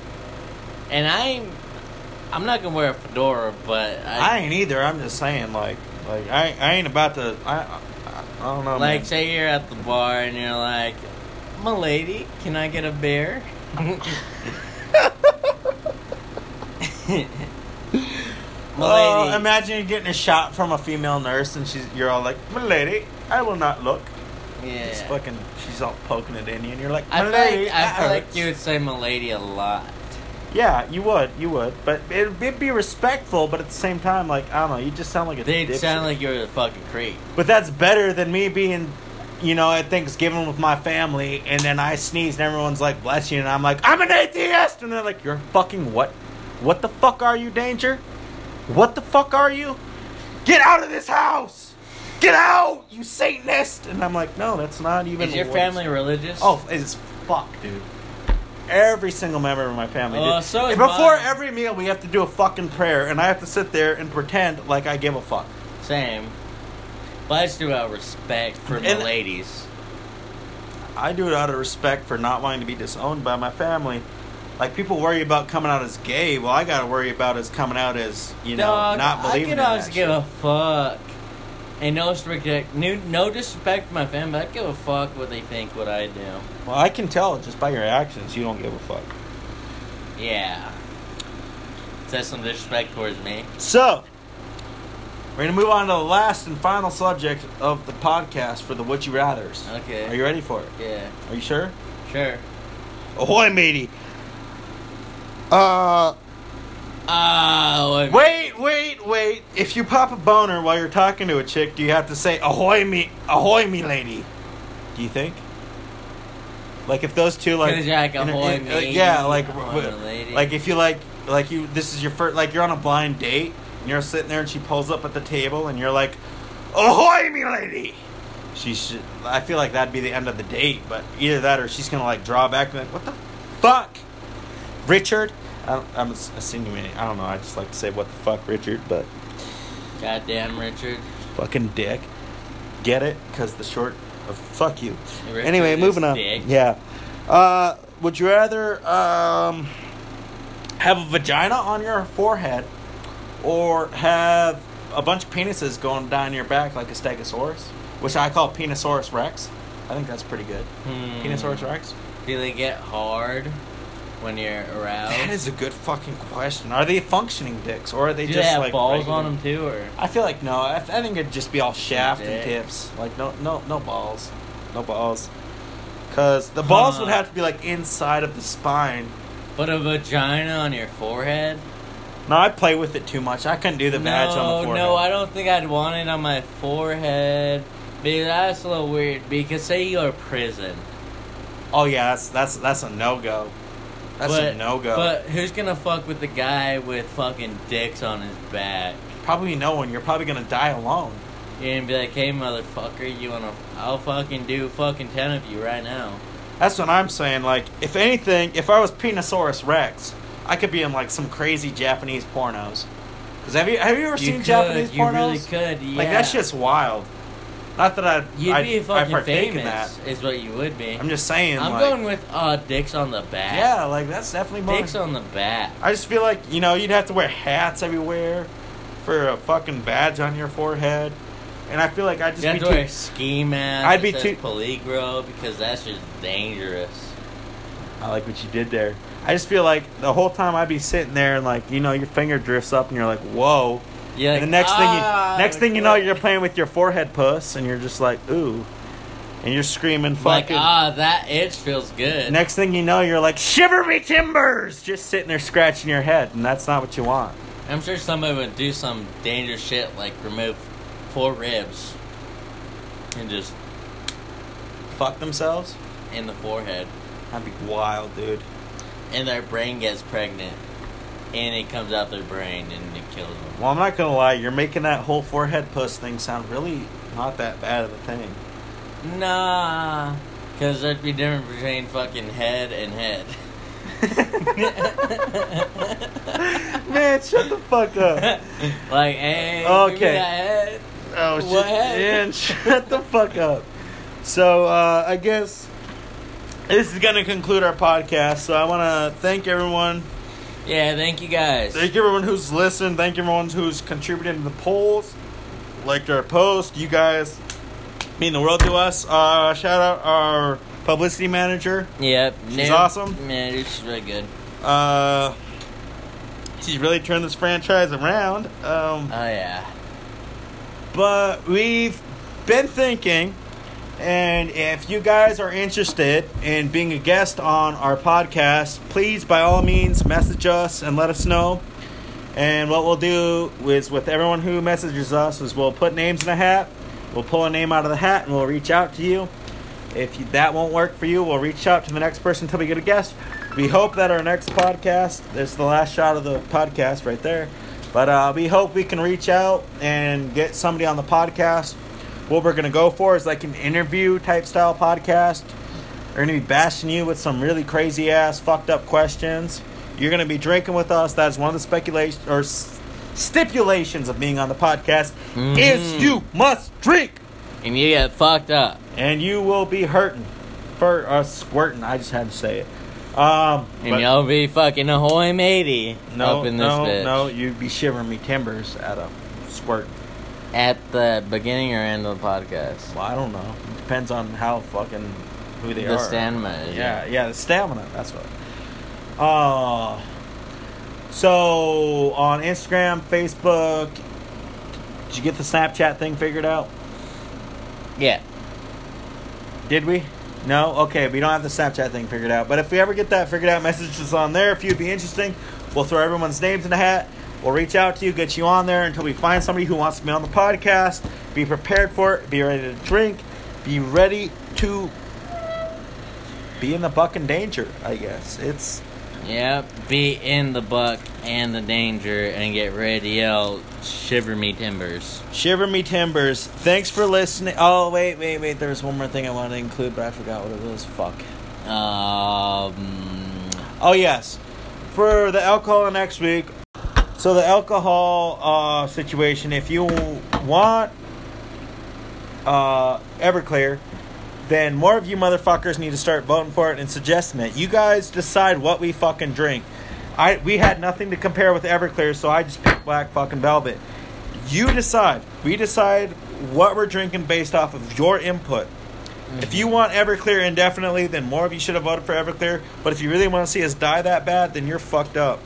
A: And I'm, I'm not gonna wear a fedora, but
B: I
A: I,
B: ain't either. I'm just saying, like, like I, I ain't about to. I, I, I don't know.
A: like
B: man.
A: say you're at the bar and you're like, my lady, can I get a
B: [LAUGHS]
A: beer? my
B: Oh,
A: lady,
B: imagine you're getting a shot from a female nurse, and she's you're all like "milady," I will not look.
A: yeah.
B: It's fucking. She's all poking it in you, and you're like
A: I feel
B: "Milady,
A: like I
B: that
A: feel like
B: hurts."
A: you would say my lady a lot.
B: Yeah, you would, you would, but it'd, it'd be respectful. But at the same time, like I don't know, you just sound like a.
A: They'd
B: dipshit.
A: sound like you're the fucking creep.
B: But that's better than me being, you know, at Thanksgiving with my family, and then I sneeze, and everyone's like, "Bless you," and I'm like, "I'm an atheist," and they're like, "You're fucking what? What the fuck are you, Danger? What the fuck are you? Get out of this house! Get out, you Satanist!" And I'm like, "No, that's not even."
A: Is your
B: what it's-
A: family religious?
B: Oh, it's fuck, dude. Every single member of my family.
A: Oh,
B: dude.
A: so is
B: And before
A: mine.
B: every meal, we have to do a fucking prayer, and I have to sit there and pretend like I give a fuck.
A: Same. But I just do out of respect for the
B: And-
A: ladies.
B: I do it out of respect for not wanting to be disowned by my family. Like people worry about coming out as gay. Well, I gotta worry about is coming out as you know
A: Dog,
B: not believing.
A: I
B: in
A: could always
B: that
A: give
B: shit.
A: a fuck. And no disrespect, no, no disrespect to my family, but I give a fuck what they think, what I do.
B: Well, I can tell just by your actions you don't give a fuck.
A: Yeah. Is that some disrespect towards me?
B: So, we're gonna move on to the last and final subject of the podcast for the Would You Rather's.
A: Okay.
B: Are you ready for it?
A: Yeah,
B: Are you sure?
A: sure.
B: Ahoy, matey. Uh,
A: Oh, wait.
B: wait, wait, wait. If you pop a boner while you're talking to a chick, do you have to say "ahoy me, ahoy me, lady"? Do you think? Like if those two like,
A: 'Cause you're like,
B: inter-
A: "Ahoy,
B: in- uh,
A: matey,"
B: yeah, like
A: "Ahoy,
B: w-
A: me lady.
B: like if you like like you this is your first like you're on a blind date and you're sitting there and she pulls up at the table and you're like, "Ahoy me, lady." She should. I feel like that'd be the end of the date, but either that or she's gonna like draw back and be like, "What the fuck?" Richard. I, I'm ass- insinuating. I don't know. I just like to say what the fuck, Richard, but
A: Goddamn, Richard.
B: fucking dick. Get it? Because the short of fuck you.
A: Richard
B: anyway,
A: is
B: moving on.
A: dick.
B: Yeah. Uh, would you rather um, have a vagina on your forehead or have a bunch of penises going down your back like a stegosaurus, which I call Penisaurus rex? I think that's pretty good.
A: Hmm.
B: Penisaurus rex?
A: Do they get hard when you're aroused?
B: That is a good fucking question. Are they functioning dicks, or are they
A: do
B: just
A: they have
B: like
A: balls
B: regular-
A: on them too, or?
B: I feel like no. I, I think it'd just be all shaft and
A: Dick.
B: tips. Like no, no, no balls, no balls. Cause the balls
A: Huh.
B: would have to be like inside of the spine.
A: But a vagina on your forehead?
B: No, I play with it too much. I couldn't do the badge
A: no,
B: on the forehead.
A: No, I don't think I'd want it on my forehead. Because that's a little weird. Because say you go to prison
B: Oh yeah, that's that's that's a no go. That's
A: but,
B: a no go.
A: But who's gonna fuck with the guy with fucking dicks on his back?
B: probably no one. You're probably gonna die alone.
A: You're gonna be like, hey, motherfucker, you wanna? I'll fucking do fucking ten of you right now.
B: That's what I'm saying. Like, if anything, if I was Penosaurus Rex, I could be in like some crazy Japanese pornos. 'Cause have you have you ever
A: You
B: seen
A: could,
B: Japanese
A: you
B: pornos?
A: really could. Yeah.
B: Like that shit's wild. Not that I
A: You'd
B: I,
A: be
B: I
A: fucking
B: partake
A: famous.
B: in that.
A: Is what you would be.
B: I'm just saying.
A: I'm
B: like,
A: going with uh, dicks on the back.
B: yeah, like that's definitely more.
A: Dicks on the back.
B: I just feel like you know you'd have to wear hats everywhere for a fucking badge on your forehead, and I feel like I'd just
A: You have
B: be
A: to wear a
B: too.
A: ski mask.
B: I'd
A: that
B: be
A: says
B: too-
A: Peligro because that's just dangerous.
B: I like what you did there. I just feel like the whole time I'd be sitting there and like you know your finger drifts up and you're like whoa.
A: Yeah.
B: and the next
A: "Ah,
B: thing you next thing you know
A: fuck."
B: you're playing with your forehead puss and you're just like ooh, and you're screaming
A: like
B: fucking.
A: ah, that itch feels good.
B: Next thing you know, you're like, shiver me timbers! Just sitting there scratching your head, and that's not what you want.
A: I'm sure somebody would do some dangerous shit like remove four ribs and just
B: Fuck themselves?
A: in the forehead,
B: That'd be wild, dude.
A: and their brain gets pregnant, and it comes out their brain and it kills them.
B: Well, I'm not gonna lie, you're making that whole forehead puss thing sound really not that bad of a [LAUGHS] thing.
A: Nah, because there'd be different between fucking head and
B: [LAUGHS]
A: head. [LAUGHS]
B: Man, shut the fuck up.
A: [LAUGHS] like, hey, okay.
B: Okay.
A: head.
B: [LAUGHS] Oh, shit.
A: What?
B: [LAUGHS] Man, shut the fuck up. So, uh, I guess this is gonna conclude our podcast, so I wanna thank everyone
A: Yeah, thank you guys.
B: Thank everyone who's listened. Thank everyone who's contributed to the polls, liked our post. You guys mean the world to us. Uh, shout out our publicity manager.
A: Yep.
B: She's
A: no-
B: awesome.
A: Man, she's really good.
B: Uh, she's really turned this franchise around. Um,
A: Oh yeah.
B: but we've been thinking, and if you guys are interested in being a guest on our podcast, please by all means message us and let us know. And what we'll do is with everyone who messages us is we'll put names in a hat, we'll pull a name out of the hat, and we'll reach out to you. If you, that won't work for you, we'll reach out to the next person until we get a guest. We hope that our next podcast this is the last shot of the podcast right there. But uh, we hope we can reach out and get somebody on the podcast. What we're going to go for is like an interview type style podcast. We're going to be bashing you with some really crazy ass, fucked up questions. You're going to be drinking with us. That's one of the speculation or s- stipulations of being on the podcast is you must drink
A: And you get fucked up.
B: and you will be hurting for uh, squirting. I just had to say it. Um,
A: And
B: but-
A: y'all be fucking a hoy matey
B: no,
A: up in this
B: no,
A: bitch.
B: no, you'd be shivering me timbers at a squirt.
A: At the beginning or end of the podcast.
B: Well, I don't know. It depends on how fucking who they
A: the
B: are.
A: stamina. is-
B: Yeah, yeah, the stamina. That's what. Uh, so on Instagram, Facebook, did you get the Snapchat thing figured out?
A: Yeah.
B: Did we? No? Okay, we don't have the Snapchat thing figured out. But if we ever get that figured out, message us on there. If you'd be interesting, we'll throw everyone's names in a hat. We'll reach out to you, get you on there until we find somebody who wants to be on the podcast. Be prepared for it. Be ready to drink. Be ready to be in the buck and danger, I guess. It's
A: Yep. Be in the buck and the danger and get ready to yell, shiver me timbers.
B: Shiver Me Timbers. Thanks for listening. Oh, wait, wait, wait. There was one more thing I wanted to include, but I forgot what it was. Fuck.
A: Um.
B: Oh yes, for the alcohol next week. So the alcohol uh, situation. If you want uh, Everclear, then more of you motherfuckers need to start voting for it and suggesting it. You guys decide what we fucking drink. I we had nothing to compare with Everclear, so I just picked black fucking velvet. You decide. We decide what we're drinking based off of your input. If you want Everclear indefinitely, then more of you should have voted for Everclear. But if you really want to see us die that bad, then you're fucked up.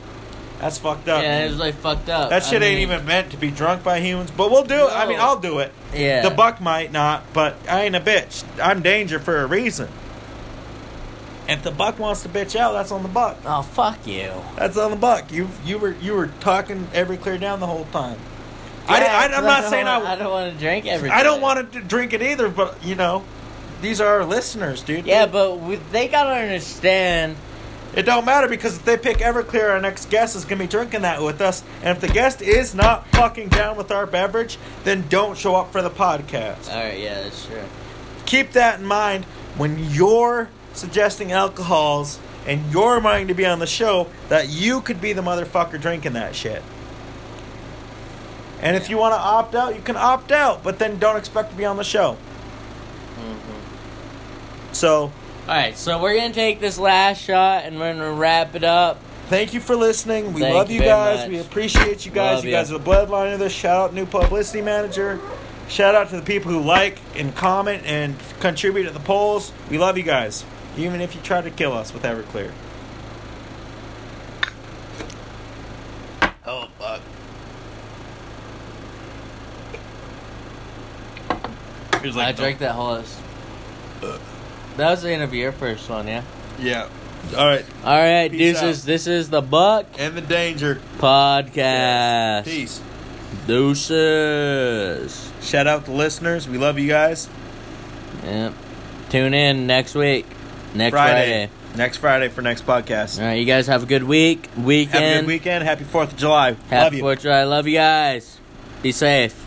B: That's fucked up.
A: Yeah, it was like fucked up.
B: Uh, That
A: Oh, I
B: shit ain't
A: mean,
B: even meant to be drunk by humans, but we'll do it. I mean,
A: No.
B: I'll do it.
A: Yeah.
B: The buck might not, but I ain't a bitch. I'm danger for a reason. If the buck wants to bitch out, that's on the buck.
A: Oh, fuck you.
B: That's on the buck. You you were you were talking every clear down the whole time. I,
A: Yeah,
B: I, I'm not
A: don't
B: saying
A: want,
B: I.
A: I don't want to drink everything.
B: I don't want to drink it either, but you know, these are our listeners, dude.
A: Yeah, but we, they gotta understand.
B: It don't matter because if they pick Everclear, our next guest is gonna be drinking that with us. And if the guest is not fucking down with our beverage, then don't show up for the podcast.
A: All right, yeah, that's true.
B: Keep that in mind when you're suggesting alcohols and you're wanting to be on the show that you could be the motherfucker drinking that shit. And if you want to opt out, you can opt out, but then don't expect to be on the show. So,
A: All right, so we're gonna take this last shot and we're gonna wrap it up.
B: Thank you for listening. We
A: Thank
B: love
A: you
B: you,
A: very
B: guys.
A: much.
B: We appreciate you guys.
A: Love
B: you
A: ya.
B: guys are the bloodline of this. Shout out new publicity manager. Shout out to the people who like and comment and contribute to the polls. We love you guys, even if you try to kill us with Everclear.
A: Oh fuck!
B: Here's
A: I drank that whole. That was the end of your first one, yeah.
B: Yeah. All right.
A: All right,
B: Peace
A: deuces.
B: out.
A: This is the Buck
B: And the danger.
A: Podcast.
B: Peace.
A: Deuces.
B: Shout out to listeners. We love you guys.
A: Yep. Tune in next week. Next
B: Friday.
A: Friday.
B: Next Friday for next podcast.
A: All right, you guys have a good week. Weekend.
B: Have a good weekend. Happy 4th of July. love
A: Happy
B: you.
A: Fourth of July. Love you guys. Be safe.